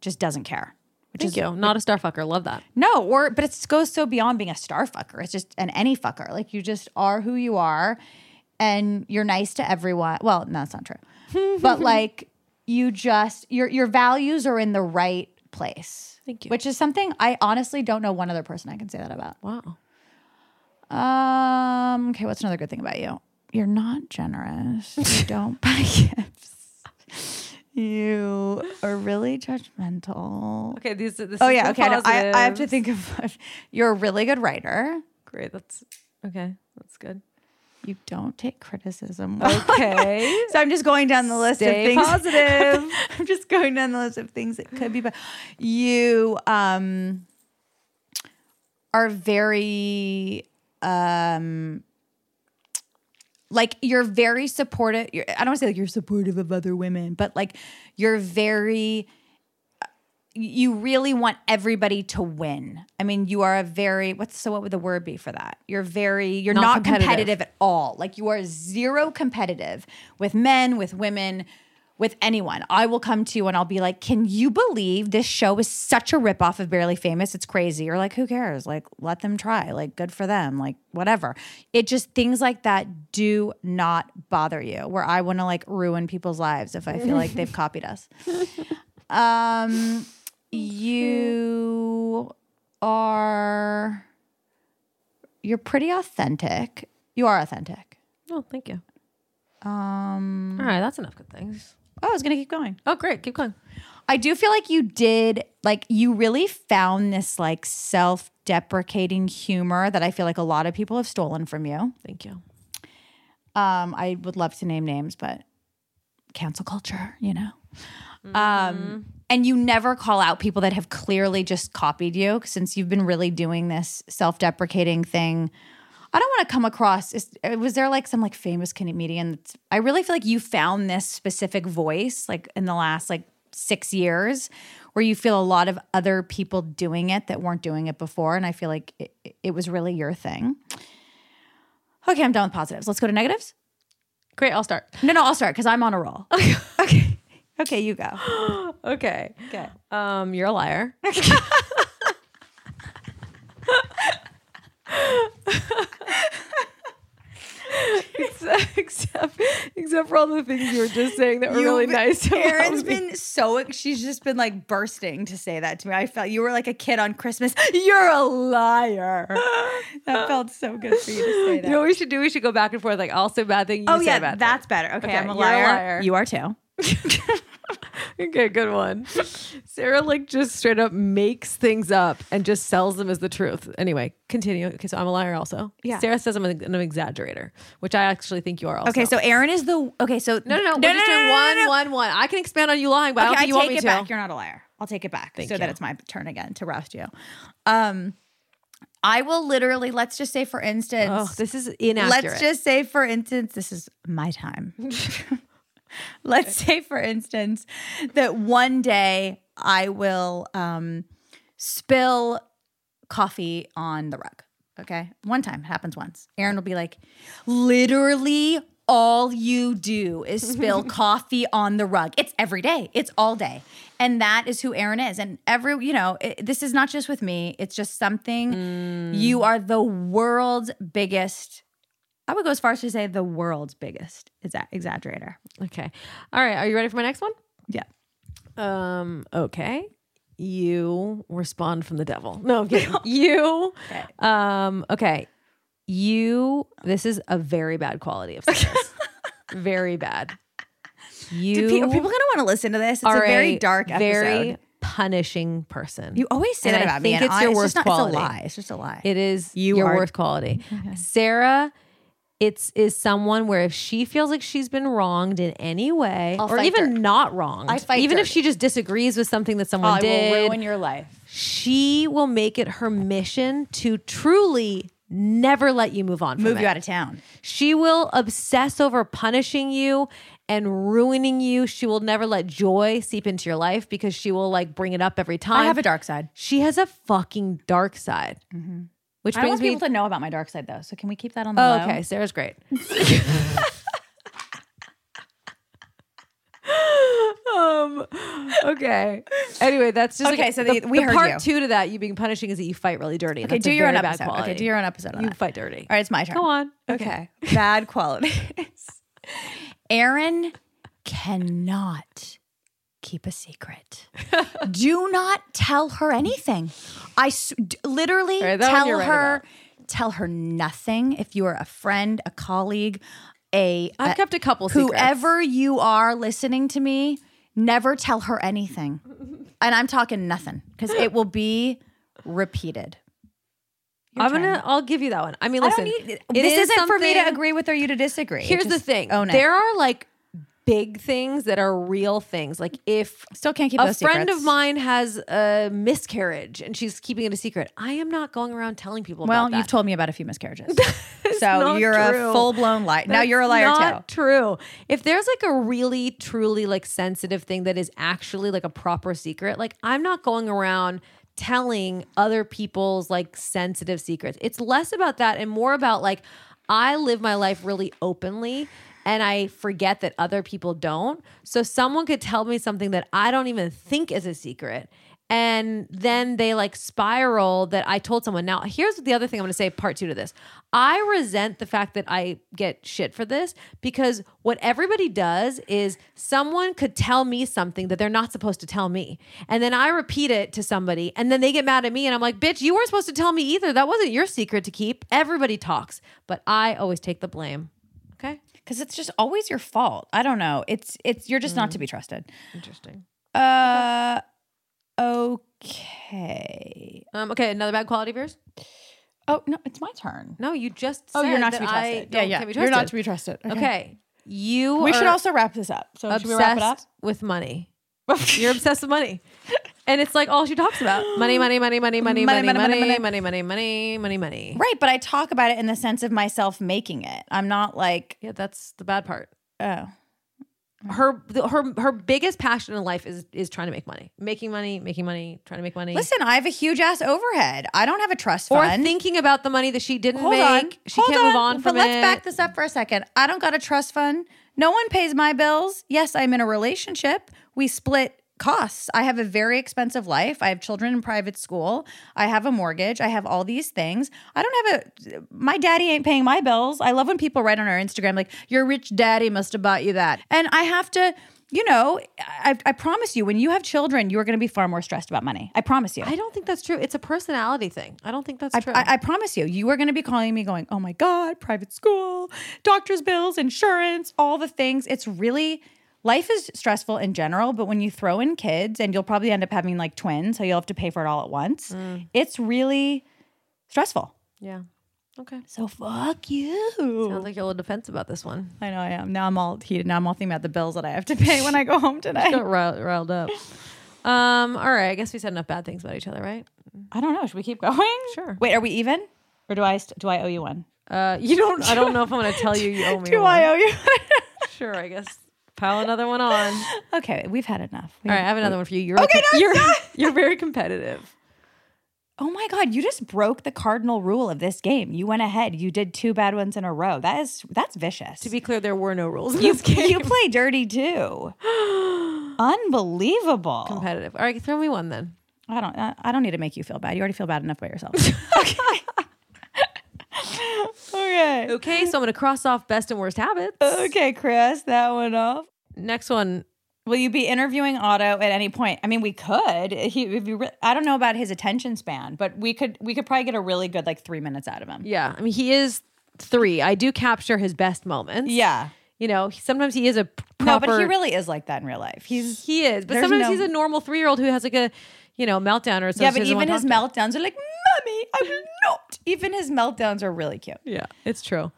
just doesn't care. Which Thank is you. Not a starfucker. Love that. no, or but it goes so beyond being a star fucker. It's just an any fucker. Like you just are who you are, and you're nice to everyone. Well, no, that's not (laughs) true. but like you just your your values are in the right place. Thank you. Which is something I honestly don't know one other person I can say that about. Wow. Um. Okay. What's another good thing about you? You're not generous. (laughs) You don't buy gifts. You are really judgmental. Okay. These. This Oh is yeah, the okay. I, know. I, I have to positives. think of. (laughs) You're a really good writer. Great. That's okay. That's (laughs) good. You don't take criticism. well. Okay. so I'm just going down the list Oh. of Stay things. positive. (laughs) I'm just going down the list of things that could be. But you um are very um like you're very supportive. You're, I don't want to say like you're supportive of other women, but like you're very you really want everybody to win. I mean, you are a very what's so what would the word be for that? You're very you're Not not, competitive. competitive. at all. Like you are zero competitive with men, with women, with anyone. I will come to you and I'll be like, "Can you believe this show is such a ripoff of Barely Famous? It's crazy." Or like, "Who cares? Like let them try. Like good for them. Like whatever." It just things like that do not bother you. Where I want to like ruin people's lives if I feel like (laughs) they've copied us. Um, you are you're pretty authentic. You are authentic. Oh, thank you. Um, All right. That's enough good things. oh, I was gonna keep going. Oh, great. Keep going. I do feel like you did, like you really found this like self-deprecating humor that I feel like a lot of people have stolen from you. Thank you. Um, I would love to name names, but cancel culture, you know. Um, and you never call out people that have clearly just copied you since you've been really doing this self-deprecating thing. I don't want to come across. Is, was there like some like famous comedian? That's, I really feel like you found this specific voice like in the last like six years, where you feel a lot of other people doing it that weren't doing it before, and I feel like it, it was really your thing. Okay, I'm done with positives. Let's go to negatives. Great. I'll start. No, no, I'll start because I'm on a (laughs) roll. Okay. okay. Okay, you (gasps) go. Okay. Okay. Um, you're (laughs) a liar. except, except, except for all the things you were just saying that were (laughs) really nice. about Karen's me. been so she's just been like bursting to say that to me. I felt you were like a kid on Christmas. (laughs) You're a liar. (laughs) that felt so good for you to say that. You know what we should do? We should go back and forth. Like I'll say a bad thing. You oh say yeah, a bad that's better. Okay, Okay, I'm a you're a liar. liar. You are too. thing. okay. (laughs) Good one. Sarah like just straight up makes things up and just sells them as the truth. Anyway, continue. Okay, so I'm a liar also. Yeah. Sarah says I'm an, an exaggerator, which I actually think you are also. Okay, so Aaron is the okay. So No, no, no. We're just doing one, one, one. I can expand on you lying, but I Okay, don't I think Oh, you want take me it to. back. You're not a liar. I'll I'll take it back so that it's my turn again to roast you. Um, I will literally, let's just say, for instance, Oh, this is inaccurate. Let's just say, for instance, this is my time. Let's say, for instance, that one day I will um, spill coffee on the rug. Okay. One time, it happens once. Aaron will be like, literally, all you do is spill coffee on the rug. It's every day, it's all day. And that is who Aaron is. And every, you know, it, this is not just with me, it's just something. You are the world's biggest. I would go as far as to say the world's biggest exa- exaggerator. okay. All right. Are you ready for my next one? Yeah. Um, okay. You respond from the devil. No, I'm (laughs) kidding. you um okay. You this is a very bad quality of (laughs) sentence. very bad. You Pe- people kind of want to listen to this. It's a are very dark episode. very punishing person. you always say and that I about me. think and it's I- your just worst not- quality. It's a lie. It's just a lie. It is You your are- worst quality. Sarah it's is someone where if she feels like she's been wronged in any way I'll or fight even dirty. not wronged, I fight even if dirty. she just disagrees with something that someone Oh, I did, will ruin your life. she will make it her mission to truly never let you move on. From Move it. you out of town. She will obsess over punishing you and ruining you. She will never let joy seep into your life because she will like bring it up every time. I have a dark side. She has a fucking dark side, which I don't brings want me. people to know about my dark side though. So can we keep that on the oh, low? okay, Sarah's great. um. Okay. Anyway, that's just Okay, like- so the- we heard part you. two to that you being punishing is that you fight really dirty. Okay, do your own episode. Okay, do your own episode on You that. fight dirty. All right, it's my turn. Go on. Okay. Bad qualities. (laughs) Aaron cannot keep a (laughs) secret. Do not tell her anything. I s- d- literally right, that one tell you're right her tell her nothing if you are a friend, a colleague, a I've a- kept a couple secrets. Whoever you are listening to me, never tell her (laughs) anything. And I'm talking nothing cuz it will be repeated. I'm gonna. I'll give you that one. I mean, I listen. don't need it this is is not for me to something- agree with or you to disagree. It Here's the just- thing. Own it. There are like big things that are real things. Like if Still can't keep a those friend secrets. of mine has a miscarriage and she's keeping it a secret, I am not going around telling people. Well, about that. you've told me about a few (laughs) miscarriages. so not you're true. a full blown liar. Now you're a liar not too. True. If there's like a really truly like sensitive thing that is actually like a proper secret, like I'm not going around telling other people's like sensitive secrets. It's less about that and more about like I live my life really openly and I forget that other people don't. So someone could tell me something that I don't even think is a secret. And then they like spiral that I told someone. Now, here's the other thing I'm gonna say, part two to this. I resent the fact that I get shit for this because what everybody does is someone could tell me something that they're not supposed to tell me. And then I repeat it to somebody and then they get mad at me and I'm like, bitch, you weren't supposed to tell me either. That wasn't your secret to keep. Everybody talks, but I always take the blame. Okay. Because it's just always your fault. I don't know. It's it's you're just not to be trusted. Interesting. Uh okay. Um, okay, another bad quality of yours? Oh no, it's my turn. No, you just Oh, said you're not to that be I trusted. Yeah, don't- yeah. can't be You're not trusted. to be trusted. Uh, Okay. You We are should also wrap this up. So should we wrap it up? obsessed (laughs) with money. You're obsessed with money. And it's like all she talks about. Money, money, money, money, money, money, Money, money, money, money, money, money, money, money, money, money. Right, but I talk about it in the sense of myself making it. I'm not like, Yeah, that's the bad part. oh, Her the, her her biggest passion in life is is trying to make money. Making money, making money, trying to make money. listen, I have a huge ass overhead. I don't have a trust or fund. thinking about the money that she didn't Hold make. on. She Hold can't move on from but it. let's back this up for a second. I don't got a trust fund. No one pays my bills. Yes, I'm in a relationship. We split costs. I have a very expensive life. I have children in private school. I have a mortgage. I have all these things. I don't have a my daddy ain't paying my bills. I love when people write on our Instagram like your rich daddy must have bought you that. And I have to you know, I, I promise you, when you have children, you are going to be far more stressed about money. I promise you. I don't think that's true. It's a personality thing. I don't think that's true. I, I promise you, you are going to be calling me going, oh my God, private school, doctor's bills, insurance, all the things. It's really, life is stressful in general, but when you throw in kids and you'll probably end up having like twins, so you'll have to pay for it all at once, it's really stressful. yeah. Okay. So fuck you. Sounds like you're a little defense about this one. I know I (laughs) am. Now I'm all heated. Now I'm all thinking about the bills that I have to pay when I go home tonight. riled, riled up. Um, all right. I guess we said enough bad things about each other, right? (laughs) I don't know. Should we keep going? Sure. Wait, are we even? Or do I st- do I owe you one? Uh, you don't. I don't know if I'm going to tell you. You owe (laughs) me. Do one. I owe you? Sure. I guess pile another one on. (laughs) okay, we've had enough. We- All right. I have another one for you. You're okay. you're (laughs) you're very competitive. Oh my god, you just broke the cardinal rule of this game. You went ahead. You did two bad ones in a row. That is that's vicious. To be clear, there were no rules in you, this (laughs) (laughs) game. you play dirty too. (gasps) Unbelievable. competitive. All right. Throw me one then. I don't. I, I don't need to make you feel bad. You already feel bad enough by (laughs) yourself. okay. Okay. So I'm going to cross off best and worst habits. Okay, Chris, that one off. Next one. Will you be interviewing Otto at any point? I mean, we could. He, if you re- I don't know about his attention span, but we could. We could probably get a really good like three minutes out of him. Yeah. I mean, he is three. I do capture his best moments. Yeah. You know, he- sometimes he is a p- No, proper. but he really is like that in real life. He's he is. But There's sometimes no- he's a normal three year old who has like a, you know, meltdown or something. yeah, but even his meltdowns are like, "Mommy, I will not." Even his meltdowns are really cute. Yeah, it's true.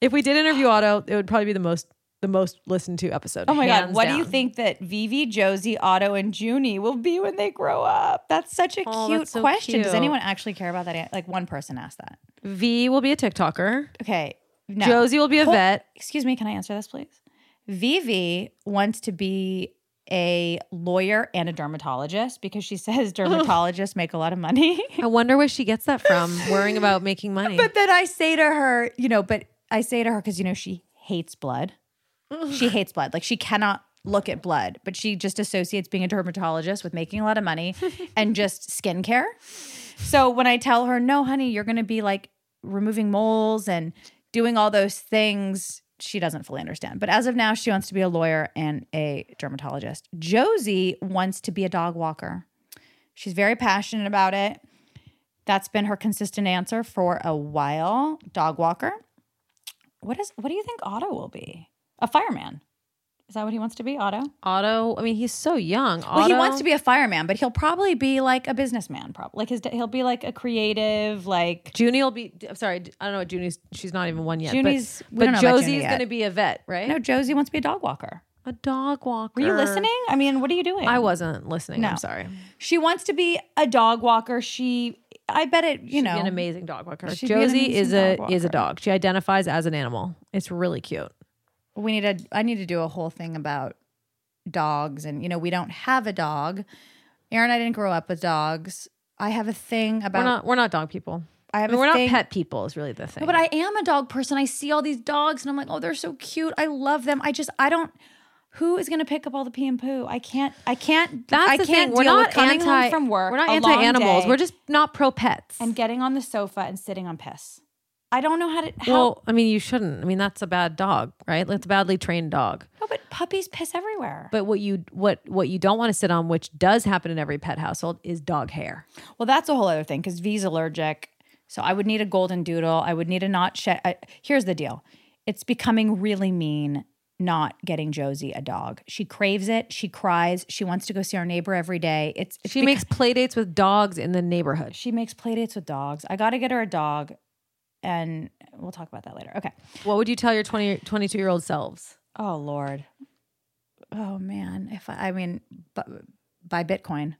If we did interview Otto, it would probably be the most the most listened to episode. Oh my god, what do you think that Vivi, Josie, Otto, and Junie will be when they grow up? That's such a Oh, cute that's so question. Does cute. anyone actually care about that? an- Like one person asked that. V will be a TikToker. Okay, no. Josie will be a Hold- vet. Excuse me, can I answer this, please? Vivi wants to be a lawyer and a dermatologist because she says (laughs) dermatologists make a lot of money. I wonder where she gets that from. Worrying about making money. But then I say to her, you know, but I say to her because you know she hates blood. she hates blood. Like she cannot look at blood, but she just associates being a dermatologist with making a lot of money and just skincare. So when I tell her, no, honey, you're going to be like removing moles and doing all those things, she doesn't fully understand. But as of now, she wants to be a lawyer and a dermatologist. Josie wants to be a dog walker. She's very passionate about it. That's been her consistent answer for a while. Dog walker. What is what do you think Otto will be? A fireman. Is that what he wants to be, Otto? Otto, I mean, he's so young. Otto, Well, he wants to be a fireman, but he'll probably be like a businessman, probably. Like his da- he'll be like a creative, like Junie will be. I'm sorry, I don't know what Junie's. She's not even one yet. but- Junie's- we But, don't know about Junie Josie's yet. going to be a vet, right? No, Josie wants to be a dog walker. a dog walker. Were you listening? I mean, what are you doing? I wasn't listening. No. I'm sorry. She wants to be a dog walker. She I bet it, you She'd be know. an amazing dog walker. She'd be an Josie is amazing a dog is a walker. dog. She identifies as an animal. It's really cute. we need a i need to do a whole thing about dogs and you know we don't have a dog aaron i didn't grow up with dogs i have a thing about we're not we're not dog people. i I have mean, a we're thing not pet people. Is really the thing. No, but i am a dog person i see all these dogs and i'm like oh they're so cute i love them i just i don't who is going to pick up all the pee and poo? I can't. I can't. That's I the can't thing. We're deal not with coming home anti from work. We're not a long anti animals. day, We're just not pro pets. and getting on the sofa and sitting on piss. I don't know how to. How, well, I mean, you shouldn't. I mean, that's a bad dog, right? That's a badly trained dog. no, but puppies piss everywhere. But what you what what you don't want to sit on, which does happen in every pet household, is dog hair. Well, that's a whole other thing because V's allergic. So I would need a golden doodle. I would need a not shed. I, here's the deal it's becoming really mean not getting Josie a dog. She craves it. She cries. She wants to go see our neighbor every day. It's, it's She beca- makes play dates with dogs in the neighborhood. she makes playdates with dogs. I got to get her a dog and we'll talk about that later. Okay. What would you tell your 20, 22 year old selves? Oh, Lord. Oh, man. If I, I mean, bu- buy Bitcoin.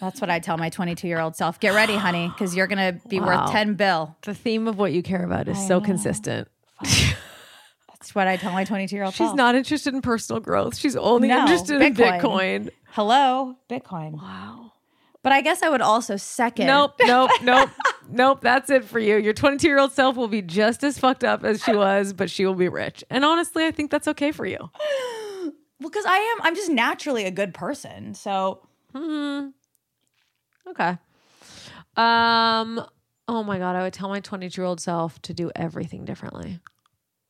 That's what I tell my 22 year old self. Get ready, honey, because you're going to be Wow. worth 10 bill. The theme of what you care about is so consistent. That's what I tell my 22 year old. She's not interested in personal growth. She's only No, interested in Bitcoin. Bitcoin. Hello, Bitcoin. Wow. But I guess I would also second. Nope, (laughs) nope, nope, nope. That's it for you. Your 22 year old self will be just as fucked up as she was, but she will be rich. And honestly, I think that's okay for you. Because I am, I'm just naturally a good person. So Okay. Um. Oh my god, I would tell my 22 year old self to do everything differently.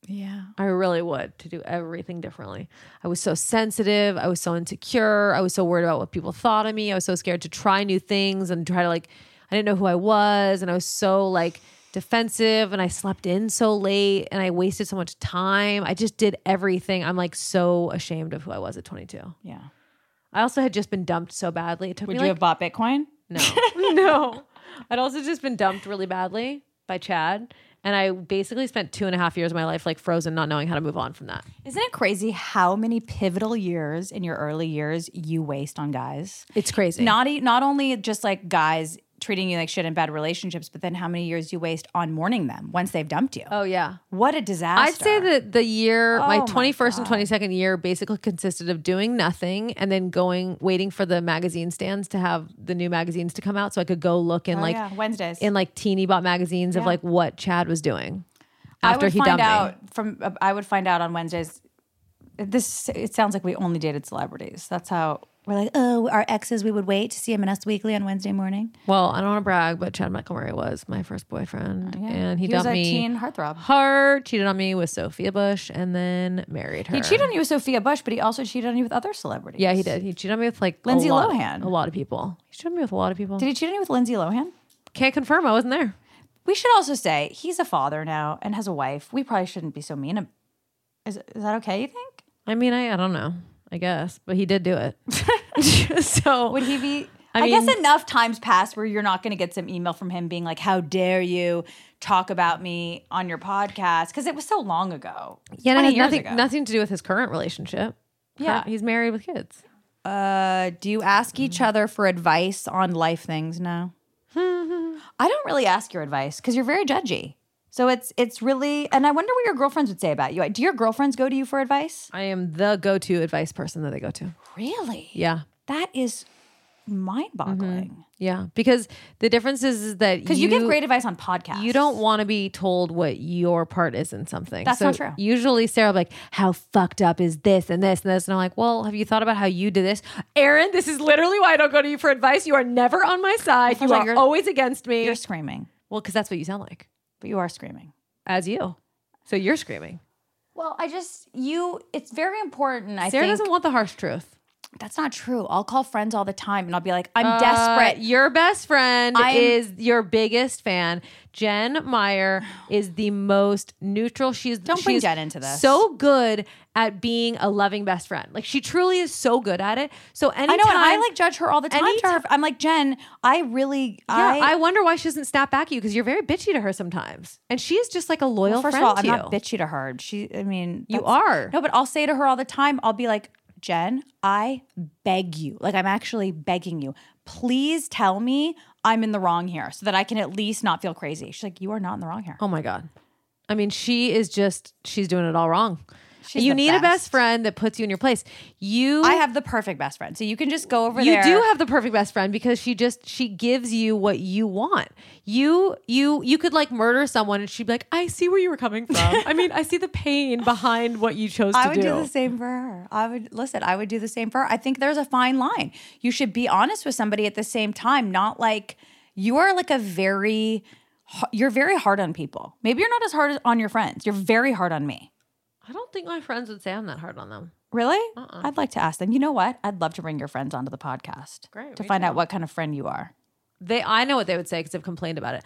yeah. I really would to do everything differently. I was so sensitive. I was so insecure. I was so worried about what people thought of me. I was so scared to try new things and try to like, I didn't know who I was. And I was so like defensive and I slept in so late and I wasted so much time. I just did everything. I'm like so ashamed of who I was at 22. Yeah. I also had just been dumped so badly. It took Would me you like have bought Bitcoin? (laughs) (laughs) no, no. I'd also just been dumped really badly by Chad. And I basically spent two and a half years of my life like frozen, not knowing how to move on from that. Isn't it crazy how many pivotal years in your early years you waste on guys? It's crazy. Not e- not only just like guys treating you like shit in bad relationships, but then how many years you waste on mourning them once they've dumped you. oh yeah. What a disaster! I'd say that the year, Oh my my 21st and 22nd year, basically consisted of doing nothing and then going, waiting for the magazine stands to have the new magazines to come out so I could go look in Oh, like yeah, Wednesdays. in like teeny bot magazines of like what Chad was doing I after would he find dumped me. out from uh, I would find out on Wednesdays. This it sounds like we only dated celebrities. That's how we're like, oh, our exes. We would wait to see him in Us Weekly on Wednesday morning. Well, I don't want to brag, but Chad Michael Murray was my first boyfriend, and he, He was dumped a me. teen heartthrob. hard, cheated on me with Sophia Bush, and then married her. He cheated on you with Sophia Bush, but he also cheated on you with other celebrities. Yeah, he did. He cheated on me with like a Lindsay lot- Lohan. a lot of people. He cheated on me with a lot of people. Did he cheat on you with Lindsay Lohan? Can't confirm. I wasn't there. We should also say he's a father now and has a wife. We probably shouldn't be so mean. ab- Is, is that okay? You think? I mean, I, I don't know. I guess, but he did do it. (laughs) so Would he be? I I, mean- guess enough times passed where you're not going to get some email from him being like, "How dare you talk about me on your podcast?" Because it was so long ago. yeah, and it 20 had years nothing ago. nothing to do with his current relationship. Yeah. he's married with kids. Uh, do you ask each other for advice on life things? No. (laughs) I don't really ask your advice because you're very judgy. So it's it's really, and I wonder what your girlfriends would say about you. Do your girlfriends go to you for advice? I am the go-to advice person that they go to. Really? Yeah, That is mind-boggling. yeah. Because the difference is, is that Because Mm-hmm. you, give great advice on podcasts. You don't want to be told what your part is in something. That's So not true. Usually, Sarah will be like, "How fucked up is this and this and this?" And I'm like, "Well, have you thought about how you did this, Aaron? This is literally why I don't go to you for advice. You are never on my side. You First of all, are you're- always against me. You're screaming, well, because that's what you sound like but you are screaming. as you. So you're screaming. Well, I just you. It's very important. I Sarah think doesn't want the harsh truth. that's not true. I'll call friends all the time, and I'll be like, "I'm desperate." Uh, your best friend I'm- is your biggest fan. Jen Meyer is the most neutral. She's Don't bring she's Jen into this. So good at being a loving best friend. Like she truly is so good at it. So I anytime know, and I like judge her all the time. To anytime- her. I'm like Jen. I really, Yeah, I, I. wonder why she doesn't snap back at you because you're very bitchy to her sometimes, and she is just like a loyal first of friend all, I'm to not you. bitchy to her. She, I mean, You that's- are. No, but I'll say to her all the time. I'll be like, Jen, I beg you. Like I'm actually begging you. Please tell me I'm in the wrong here, so that I can at least not feel crazy. She's like, you are not in the wrong here. Oh my god. I mean, she is just she's doing it all wrong. She's you the need a best best. friend that puts you in your place. You I have the perfect best friend, so you can just go over you there. do have the perfect best friend because she just she gives you what you want you you you could like murder someone and she'd be like i see where you were coming (laughs) from i mean i see the pain behind what you chose to I would do. the same for her. I would listen. I would do the same for her. I think there's a fine line. You should be honest with somebody at the same time, not like you are like a very h- you're very hard on people. Maybe you're not as hard on your friends. You're very hard on me. i don't think my friends would say i'm that hard on them Really? I'd like to ask them. You know what? I'd love to bring your friends onto the podcast Great, to we find out what kind of friend you are. they i know what they would say because they've complained about it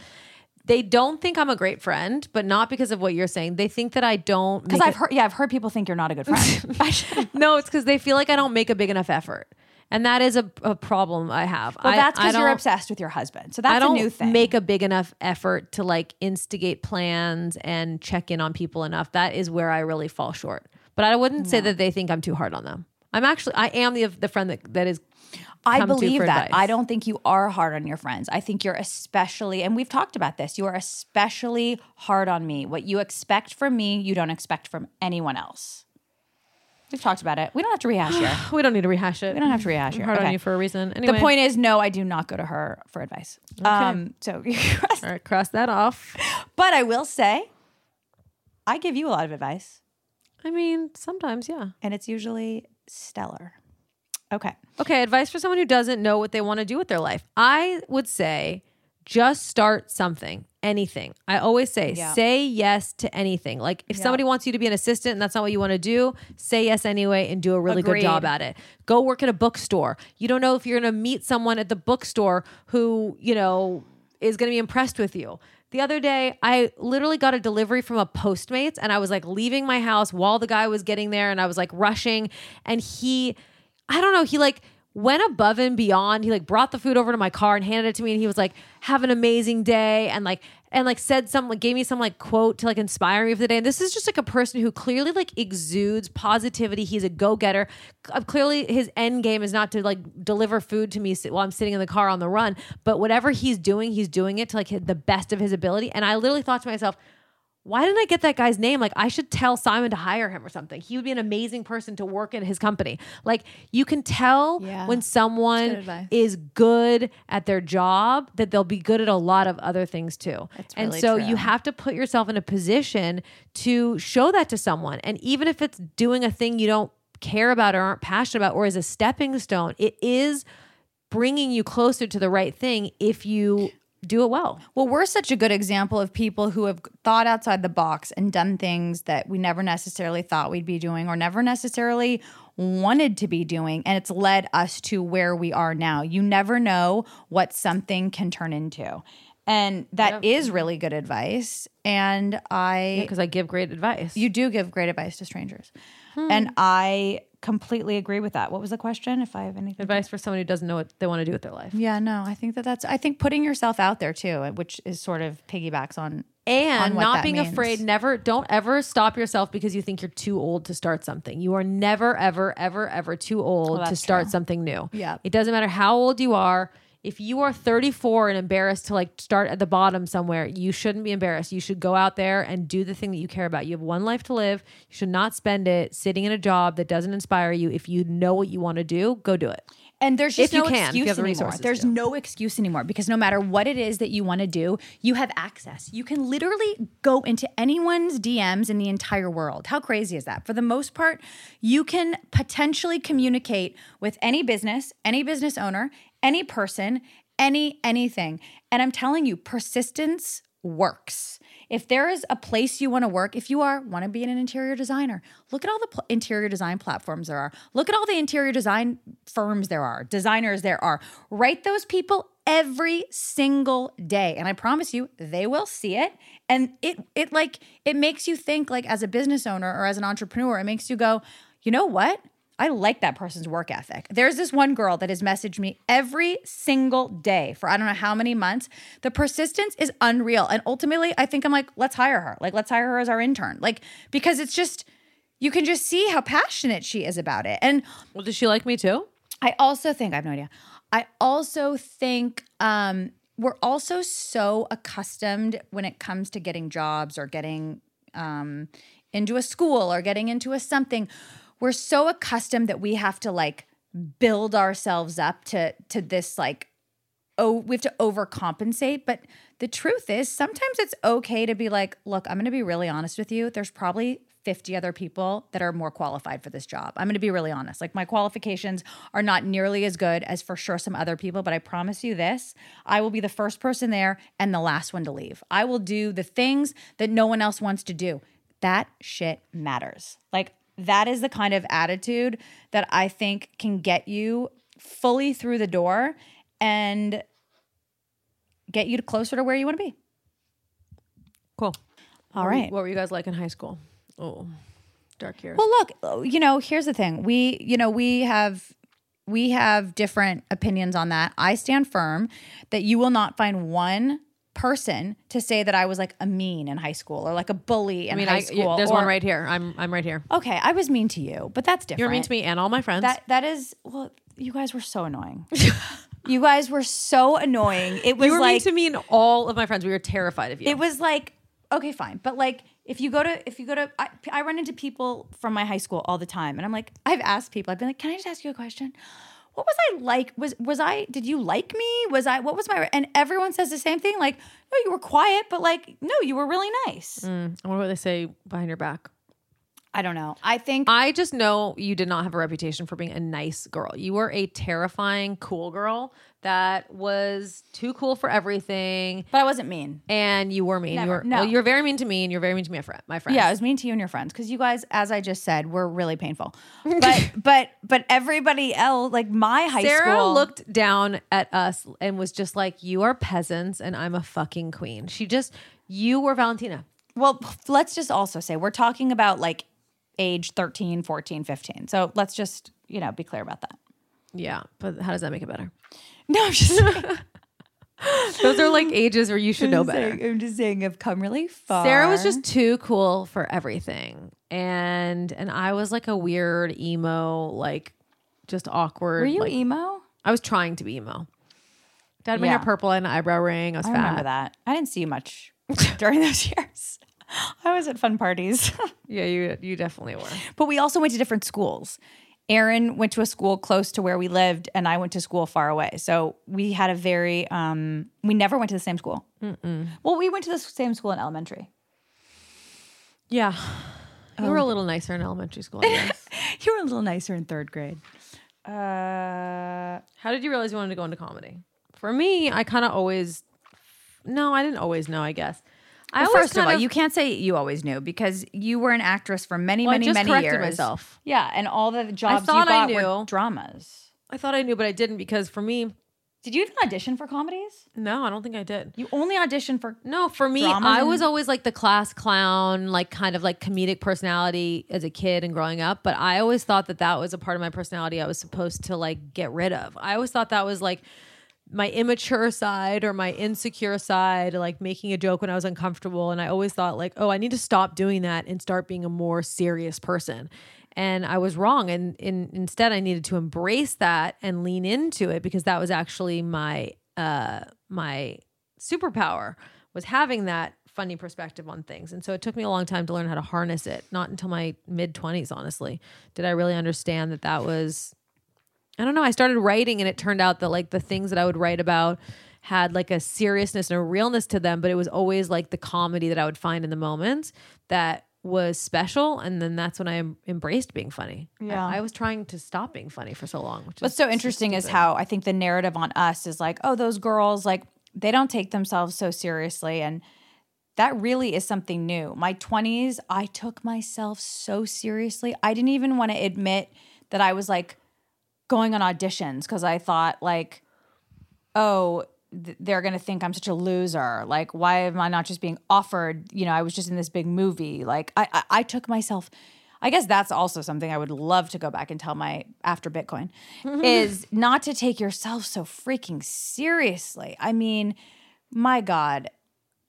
they don't think i'm a great friend but not because of what you're saying they think that i don't Because make I've heard, yeah, I've heard people think you're not a good (laughs) friend. I should- a- no it's because they feel like i don't make a big enough effort and that is a, a problem i have well, I, that's I because you're don't- obsessed with your husband. So that's I don't a new thing. make a big enough effort to like instigate plans and check in on people enough. That is where I really fall short. But I wouldn't say that they think I'm too hard on them. I'm actually I am the the friend that, that is (laughs) I come to believe for that. advice. I don't think you are hard on your friends. I think you're especially, and we've talked about this, you are especially hard on me. What you expect from me, you don't expect from anyone else. We've talked about it. We don't have to rehash (sighs) here. we don't need to rehash it. We don't have to rehash here. hard on Okay. you for a reason. Anyway, The point is, no, I do not go to her for advice. Um, so, (laughs) All right, cross that off. but I will say, I give you a lot of advice, I mean, sometimes yeah. and it's usually stellar. Okay. Okay, advice for someone who doesn't know what they want to do with their life. I would say just start something, anything. I always say, Yeah. say yes to anything. Like if somebody wants you to be an assistant and that's not what you want to do, say yes anyway and do a really good job Agreed. at it. Go work at a bookstore. You don't know if you're going to meet someone at the bookstore who, you know, is going to be impressed with you. The other day, I literally got a delivery from a Postmates and I was like leaving my house while the guy was getting there and I was like rushing and he I don't know, he like went above and beyond. He like brought the food over to my car and handed it to me, and he was like, "Have an amazing day," and like and like said some like gave me some like quote to like inspire me for the day. And this is just like a person who clearly like exudes positivity. He's a go getter. Clearly, his end game is not to like deliver food to me si- while I'm sitting in the car on the run, but whatever he's doing, he's doing it to like hit the best of his ability. And I literally thought to myself why didn't I get that guy's name? Like, I should tell Simon to hire him or something. He would be an amazing person to work in his company. Like, you can tell Yeah. when someone That's good advice. is good at their job that they'll be good at a lot of other things too. and really so true. you have to put yourself in a position to show that to someone. And even if it's doing a thing you don't care about or aren't passionate about or is a stepping stone, it is bringing you closer to the right thing if you do it well. Well, we're such a good example of people who have thought outside the box and done things that we never necessarily thought we'd be doing or never necessarily wanted to be doing. And it's led us to where we are now. You never know what something can turn into. And that is really good advice. And I Because I give great advice. you do give great advice to strangers. And I completely agree with that. What was the question? If I have anything advice for someone who doesn't know what they want to do with their life. Yeah, no, I think that that's, I think putting yourself out there too, which is sort of piggybacks on. And on what not that being means. afraid, never, don't ever stop yourself because you think you're too old to start something. You are never, ever, ever, ever too old to start something new. Yeah. It doesn't matter how old you are. If you are 34 and embarrassed to like start at the bottom somewhere, you shouldn't be embarrassed. You should go out there and do the thing that you care about. You have one life to live. You should not spend it sitting in a job that doesn't inspire you. If you know what you want to do, go do it. And there's just If you no can, if you excuse have the anymore. resources There's to. no excuse anymore because no matter what it is that you want to do, you have access. You can literally go into anyone's DMs in the entire world. How crazy is that? For the most part, you can potentially communicate with any business, any business owner, any person, any anything. And I'm telling you, persistence works. If there is a place you want to work, if you are want to be an interior designer, look at all the pl- interior design platforms there are. Look at all the interior design firms there are, designers there are. Write those people every single day and I promise you they will see it and it it like it makes you think like as a business owner or as an entrepreneur, it makes you go, "You know what? I like that person's work ethic. There's this one girl that has messaged me every single day for I don't know how many months. The persistence is unreal. And ultimately, I think I'm like, let's hire her. Like, let's hire her as our intern. Like, because it's just, you can just see how passionate she is about it. And Well, does she like me too? I also think, I have no idea. I also think um, we're also so accustomed when it comes to getting jobs or getting um, into a school or getting into a something. We're so accustomed that we have to like build ourselves up to to this like oh we have to overcompensate but the truth is sometimes it's okay to be like look i'm going to be really honest with you there's probably 50 other people that are more qualified for this job i'm going to be really honest like my qualifications are not nearly as good as for sure some other people but i promise you this i will be the first person there and the last one to leave i will do the things that no one else wants to do that shit matters like that is the kind of attitude that i think can get you fully through the door and get you closer to where you want to be. Cool. All right. What were you guys like in high school? Oh, dark years. Well, look, oh, you know, here's the thing. We, you know, we have we have different opinions on that. I stand firm that you will not find one person to say that I was like a mean in high school or like a bully in I mean, high I, school. there's or- one right here. I'm I'm right here. Okay, I was mean to you, but that's different. You're mean to me and all my friends. That that is well, you guys were so annoying. (laughs) you guys were so annoying. It was you were mean like to me and all of my friends. We were terrified of you. it was like okay fine but like if you go to if you go to I, I run into people from my high school all the time and i'm like i've asked people i've been like can i just ask you a question what was i like was was i did you like me was i what was my and everyone says the same thing like no you were quiet but like no you were really nice I wonder what they say behind your back. i don't know i think I just know you did not have a reputation for being a nice girl. You were a terrifying, cool girl that was too cool for everything. but i wasn't mean And you were mean. you Never. were No. well, you were very mean to me, and you're very mean to me, my friend. Yeah, I was mean to you and your friends because you guys, as I just said, were really (laughs) painful. But but but everybody else, like my high Sarah school, looked down at us and was just like, "You are peasants, and I'm a fucking queen." She just, you were Valentina. well let's just also say we're talking about like age 13 14 15 so let's just you know be clear about that Yeah, but how does that make it better? (laughs) No, I'm (laughs) just saying, (laughs) Those are like ages where you should know better. I'm just saying I've come really far. Sarah was just too cool for everything, and and I was like a weird emo, like just awkward. Were you like- emo? I was trying to be emo. Dyed my hair Yeah. purple and an eyebrow ring. I was I fat. remember that. I didn't see you (laughs) much during those years. (laughs) I was at fun parties. (laughs) Yeah, you you definitely were. but we also went to different schools. Aaron went to a school close to where we lived, and I went to school far away. So we had a very, um, we never went to the same school. Well, we went to the same school in elementary. Yeah. Oh. You were a little nicer in elementary school, I guess. You were a little nicer in third grade. Uh, How did you realize you wanted to go into comedy? For me, I kind of always No, I didn't always know, I guess. I well, always first of kind all, you can't say you always knew because you were an actress for many, Well, I many, just many corrected years. myself. Yeah, and all the jobs you thought I got were knew. dramas. I thought I knew, but I didn't because for me, Did you even audition for comedies? no, I don't think I did. You only auditioned for No, for me, Dramas I was and- always like the class clown, like kind of like comedic personality as a kid and growing up. But I always thought that that was a part of my personality I was supposed to like get rid of. I always thought that was like my immature side or my insecure side, like making a joke when I was uncomfortable. And I always thought like, oh, I need to stop doing that and start being a more serious person. And I was wrong. And in, instead, I needed to embrace that and lean into it because that was actually my uh, my superpower was having that funny perspective on things. And so it took me a long time to learn how to harness it. Not until my mid 20s, honestly, did I really understand that that was I don't know. I started writing, and it turned out that like the things that I would write about had like a seriousness and a realness to them, but it was always like the comedy that I would find in the moments that was special. And then that's when I em- embraced being funny. Yeah, I, I was trying to stop being funny for so long. Which What's is so interesting is how I think the narrative on us is like, oh, those girls, like, they don't take themselves so seriously. And that really is something new. My 20s, I took myself so seriously. I didn't even want to admit that I was like going on auditions because I thought, like, oh, th- they're going to think I'm such a loser. Like, why am I not just being offered? You know, I was just in this big movie. Like, I, I, I took myself. I guess that's also something I would love to go back and tell my after (laughs) Bitcoin is not to take yourself so freaking seriously. I mean, my God,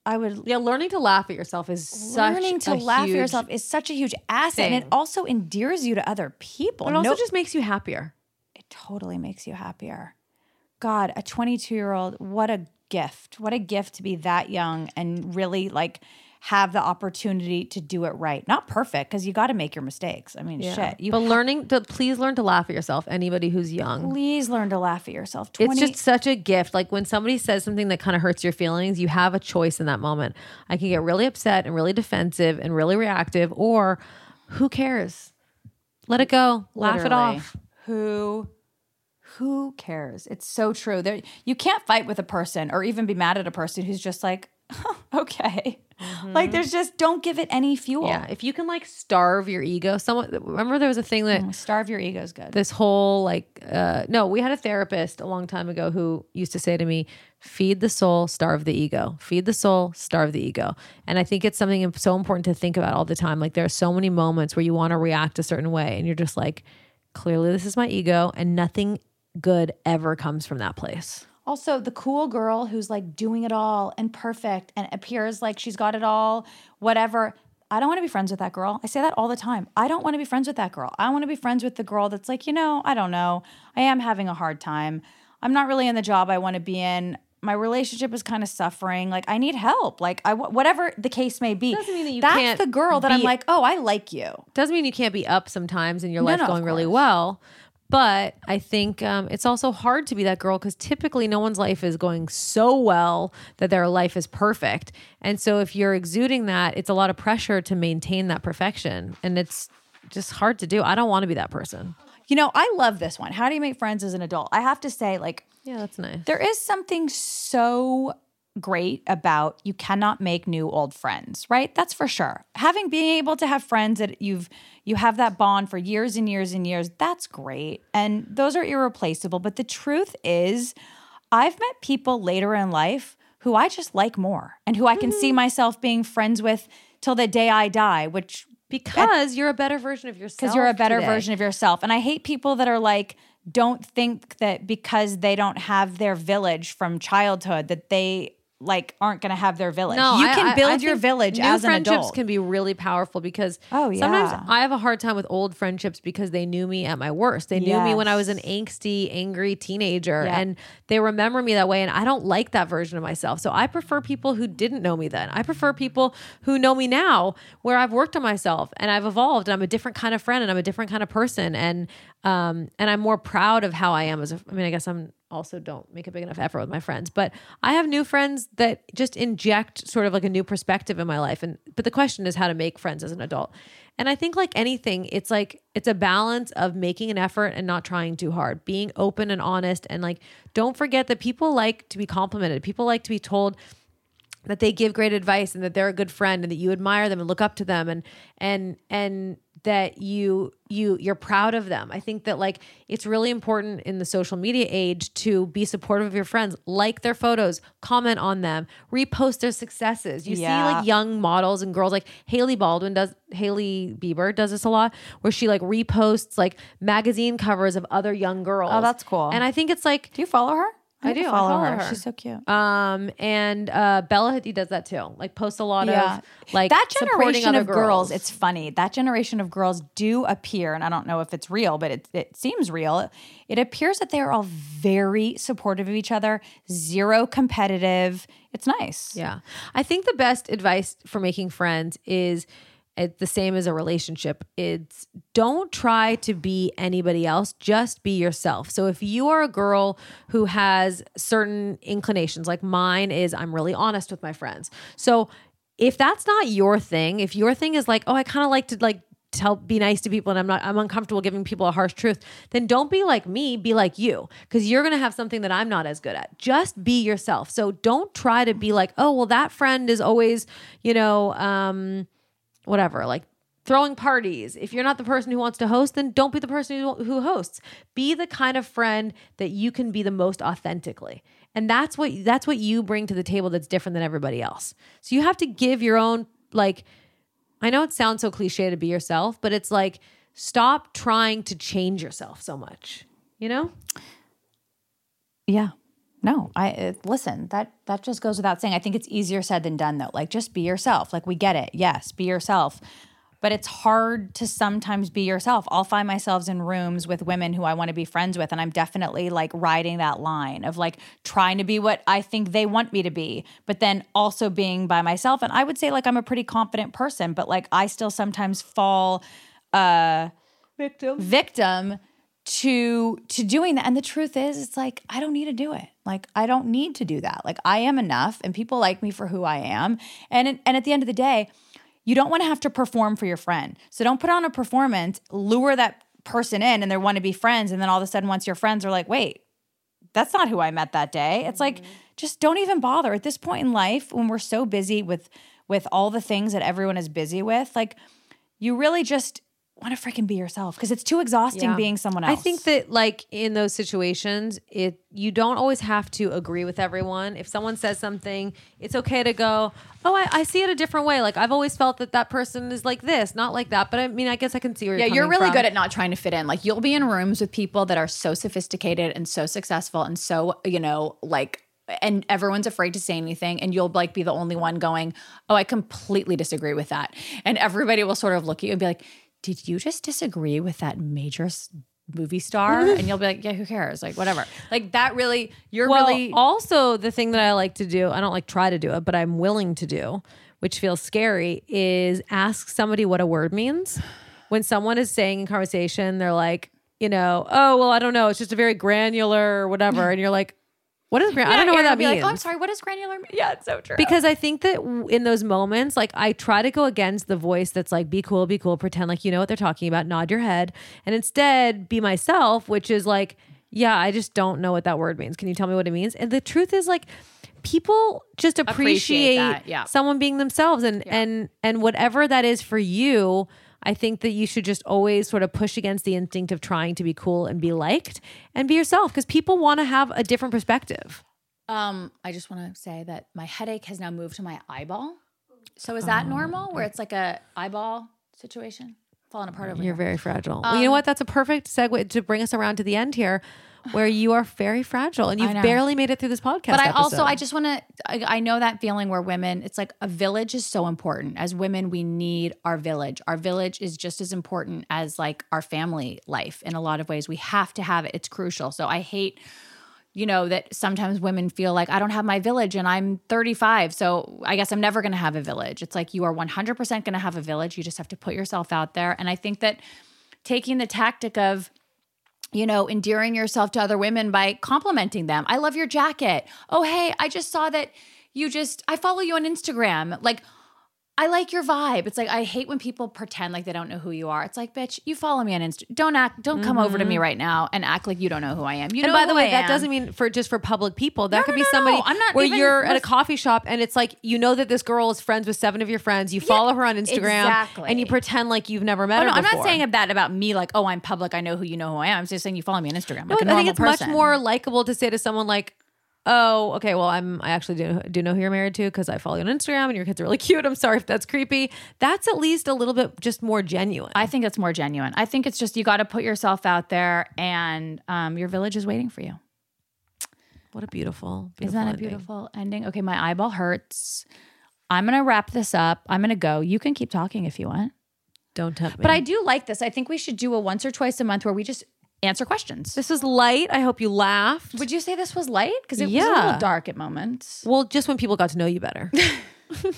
I would yeah, learning to laugh at yourself is such learning to a laugh at huge- yourself is such a huge asset, and it thing. also endears you to other people. It also No- just makes you happier. it totally makes you happier. God, a 22 year old, what a gift. What a gift to be that young and really like have the opportunity to do it right. Not perfect, because you got to make your mistakes. I mean, shit. You but learning to please learn to laugh at yourself. Anybody who's young, please learn to laugh at yourself. 20, it's just such a gift. Like when somebody says something that kind of hurts your feelings, you have a choice in that moment. I can get really upset and really defensive and really reactive, or who cares? Let it go. Laugh it Literally. off. Who who cares? It's so true. There you can't fight with a person or even be mad at a person who's just like, (laughs) okay. Like there's just don't give it any fuel. Mm-hmm. Yeah. If you can like starve your ego, someone remember there was a thing that Starve your ego's good. this whole like uh no we had a therapist a long time ago who used to say to me feed the soul starve the ego feed the soul starve the ego and i think it's something so important to think about all the time like there are so many moments where you want to react a certain way and you're just like clearly this is my ego and nothing good ever comes from that place Also, the cool girl who's like doing it all and perfect and appears like she's got it all, whatever. I don't want to be friends with that girl. I say that all the time. I don't want to be friends with that girl. I want to be friends with the girl that's like, you know, I don't know. I am having a hard time. I'm not really in the job I want to be in. My relationship is kind of suffering. Like, I need help. Like, I w- whatever the case may be. Doesn't mean that you that's can't the girl that I'm be- like, oh, I like you. doesn't mean you can't be up sometimes and your life no, of going really course. well but i think um, it's also hard to be that girl because typically no one's life is going so well that their life is perfect and so if you're exuding that it's a lot of pressure to maintain that perfection and it's just hard to do i don't want to be that person You know, I love this one. How do you make friends as an adult? I have to say, like, yeah that's nice There is something so great about you cannot make new old friends, right? That's for sure. Having being able to have friends that you've you have that bond for years and years and years, that's great. And those are irreplaceable, but the truth is I've met people later in life who I just like more and who I can see myself being friends with till the day I die, which because you're a better version of yourself because you're a better today. version of yourself. And I hate people that are like, don't think that because they don't have their village from childhood that they like aren't going to have their village. you I- can I- build I your think village new as an friendships adult. can be really powerful because Oh, yeah. sometimes I have a hard time with old friendships because they knew me at my worst. They knew me when I was an Yes. angsty, angry teenager, Yeah. and they remember me that way. And I don't like that version of myself, so I prefer people who didn't know me then. I prefer people who know me now, where I've worked on myself and I've evolved, and I'm a different kind of friend, and I'm a different kind of person, and um, and I'm more proud of how I am as a. I mean, I guess I'm also don't make a big enough effort with my friends but i have new friends that just inject sort of like a new perspective in my life and but the question is how to make friends as an adult and i think like anything it's like it's a balance of making an effort and not trying too hard being open and honest and like don't forget that people like to be complimented people like to be told that they give great advice and that they're a good friend and that you admire them and look up to them and and and that you you you're proud of them. I think that like it's really important in the social media age to be supportive of your friends, like their photos, comment on them, repost their successes. You see Yeah. like young models and girls like Haley Baldwin does Haley Bieber does this a lot where she like reposts like magazine covers of other young girls. Oh, that's cool. And I think it's like do you follow her? need I to do. I follow, follow her. her. She's so cute. um, and uh, Bella Hadid does that too. Like posts a lot of like that supporting generation other of girls. It's funny that generation of girls do appear, and I don't know if it's real, but it it seems real. It appears that they are all very supportive of each other, zero competitive. It's nice. yeah. I think the best advice for making friends is it's the same as a relationship. It's don't try to be anybody else. Just be yourself. So if you are a girl who has certain inclinations, like mine is, I'm really honest with my friends. So if that's not your thing, if your thing is like, oh, I kind of like to like tell be nice to people and I'm not I'm uncomfortable giving people a harsh truth, then don't be like me, be like you cuz you're going to have something that I'm not as good at. Just be yourself. So don't try to be like, "Oh, well that friend is always, you know, um whatever, like throwing parties. If you're not the person who wants to host, then don't be the person who, who hosts. Be the kind of friend that you can be the most authentically. And that's what that's what you bring to the table that's different than everybody else. So you have to give your own like I know it sounds so cliche to be yourself, but it's like stop trying to change yourself so much. You know? Yeah. No, I uh, listen. That that just goes without saying. I think it's easier said than done, though. Like, just be yourself. Like, we get it. Yes, be yourself. But it's hard to sometimes be yourself. I'll find myself in rooms with women who I want to be friends with, and I'm definitely like riding that line of like trying to be what I think they want me to be, but then also being by myself. And I would say like I'm a pretty confident person, but like I still sometimes fall victim to to doing that and the truth is it's like i don't need to do it like i don't need to do that like i am enough and people like me for who i am and and at the end of the day you don't want to have to perform for your friend so don't put on a performance lure that person in and they want to be friends and then all of a sudden once your friends are like wait that's not who I met that day. It's like Mm-hmm. just don't even bother at this point in life when we're so busy with with all the things that everyone is busy with. Like you really just want to freaking be yourself because it's too exhausting Yeah. being someone else. I think that like in those situations, it you don't always have to agree with everyone. If someone says something, it's okay to go, "Oh, I, I see it a different way." Like I've always felt that that person is like this, not like that. But I mean, I guess I can see where Yeah, you're you're coming really from. good at not trying to fit in. Like you'll be in rooms with people that are so sophisticated and so successful and so, you know, like and everyone's afraid to say anything and you'll like be the only one going, "Oh, I completely disagree with that." And everybody will sort of look at you and be like, "Did you just disagree with that major s- movie (laughs) star?" and you'll be like, "Yeah, who cares?" Like whatever. Like that really you're well, really also the thing that I like to do, I don't like try to do it, but I'm willing to do, which feels scary, is ask somebody what a word means. When someone is saying in conversation, they're like, you know, oh well, I don't know, it's just a very granular or whatever, and you're like, what is granular? I don't know what Aaron that will be means. Like, "Oh, I'm sorry. What does granular mean?" Yeah, it's so true. Because I think that w- in those moments, like I try to go against the voice that's like, be cool, be cool, pretend like you know what they're talking about, nod your head, and instead be myself, which is like, yeah, I just don't know what that word means. Can you tell me what it means? And the truth is, like, people just appreciate, Appreciate that, yeah. someone being themselves, and and and whatever that is for you. I think that you should just always sort of push against the instinct of trying to be cool and be liked and be yourself because people want to have a different perspective. Um, I just want to say that my headache has now moved to my eyeball. So is that normal? Where it's like a eyeball situation? falling apart over You're very fragile. well, Um, you know what? That's a perfect segue to bring us around to the end here, where you are very fragile and you've barely made it through this podcast. But I also episode. I just want to I, I know that feeling where women it's like a village is so important. As women, we need our village. Our village is just as important as like our family life in a lot of ways. We have to have it. It's crucial. So I hate you know that sometimes women feel like I don't have my village and I'm 35, so I guess I'm never going to have a village. It's like you are 100% going to have a village. You just have to put yourself out there. And I think that taking the tactic of you know, endearing yourself to other women by complimenting them. I love your jacket. Oh, hey, I just saw that you just, I follow you on Instagram. Like, I like your vibe. It's like, I hate when people pretend like they don't know who you are. It's like, bitch, you follow me on Insta. Don't act, don't come over to me right now and act like you don't know who I am. Mm-hmm. You And know, by the who way, I that am. doesn't mean for just for public people. That could no, be no, somebody no. I'm not where even- you're at a coffee shop and it's like you know that this girl is friends with seven of your friends. You follow her on Instagram exactly. and you pretend like you've never met Oh, her. no, I'm not before. saying that about me, like, oh, I'm public. I know who you know who I am. I'm just saying you follow me on Instagram. No, like I think a normal it's person. much more likable to say to someone like, "Oh, okay, well, I'm I actually do do know who you're married to because I follow you on Instagram and your kids are really (laughs) cute. I'm sorry if that's creepy. That's at least a little bit just more genuine. I think it's more genuine. I think it's just you got to put yourself out there, and um, your village is waiting for you. What a beautiful, beautiful Isn't that a ending. beautiful ending? Okay, my eyeball hurts. I'm gonna wrap this up. I'm gonna go. You can keep talking if you want. Don't tempt me. But I do like this. I think we should do a once or twice a month where we just answer questions. this was light. I hope you laughed. Would you say this was light? Because it was a Yeah. little dark at moments. Well, just when people got to know you (laughs) better. but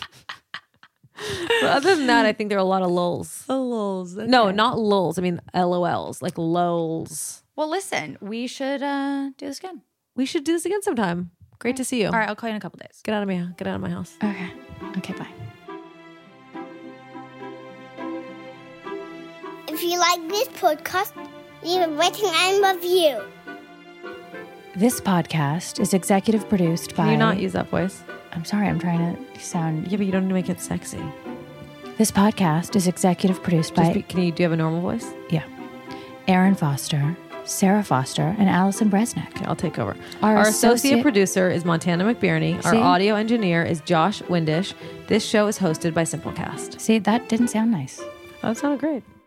other than that, I think there are a lot of lulls. lulls. No, not lulls. I mean LOLs, like lulls. Well, listen, we should uh, do this again. We should do this again sometime. Great to see you. All right, I'll call you in a couple days. Get out of my get out of my house. Okay. Okay. Bye. If you like this podcast, leave a rating and review. This podcast is executive produced by. Can you not use that voice? I'm sorry. I'm trying to sound. Yeah, but you don't need to make it sexy. This podcast is executive produced by Just be, can you do you have a normal voice? Yeah. Aaron Foster, Sarah Foster, and Allison Bresnick. Okay, I'll take over. Our Our, associate, associate- producer is Montana McBurney. Our See? audio engineer is Josh Windish. This show is hosted by Simplecast. See, that didn't sound nice. That sounded great.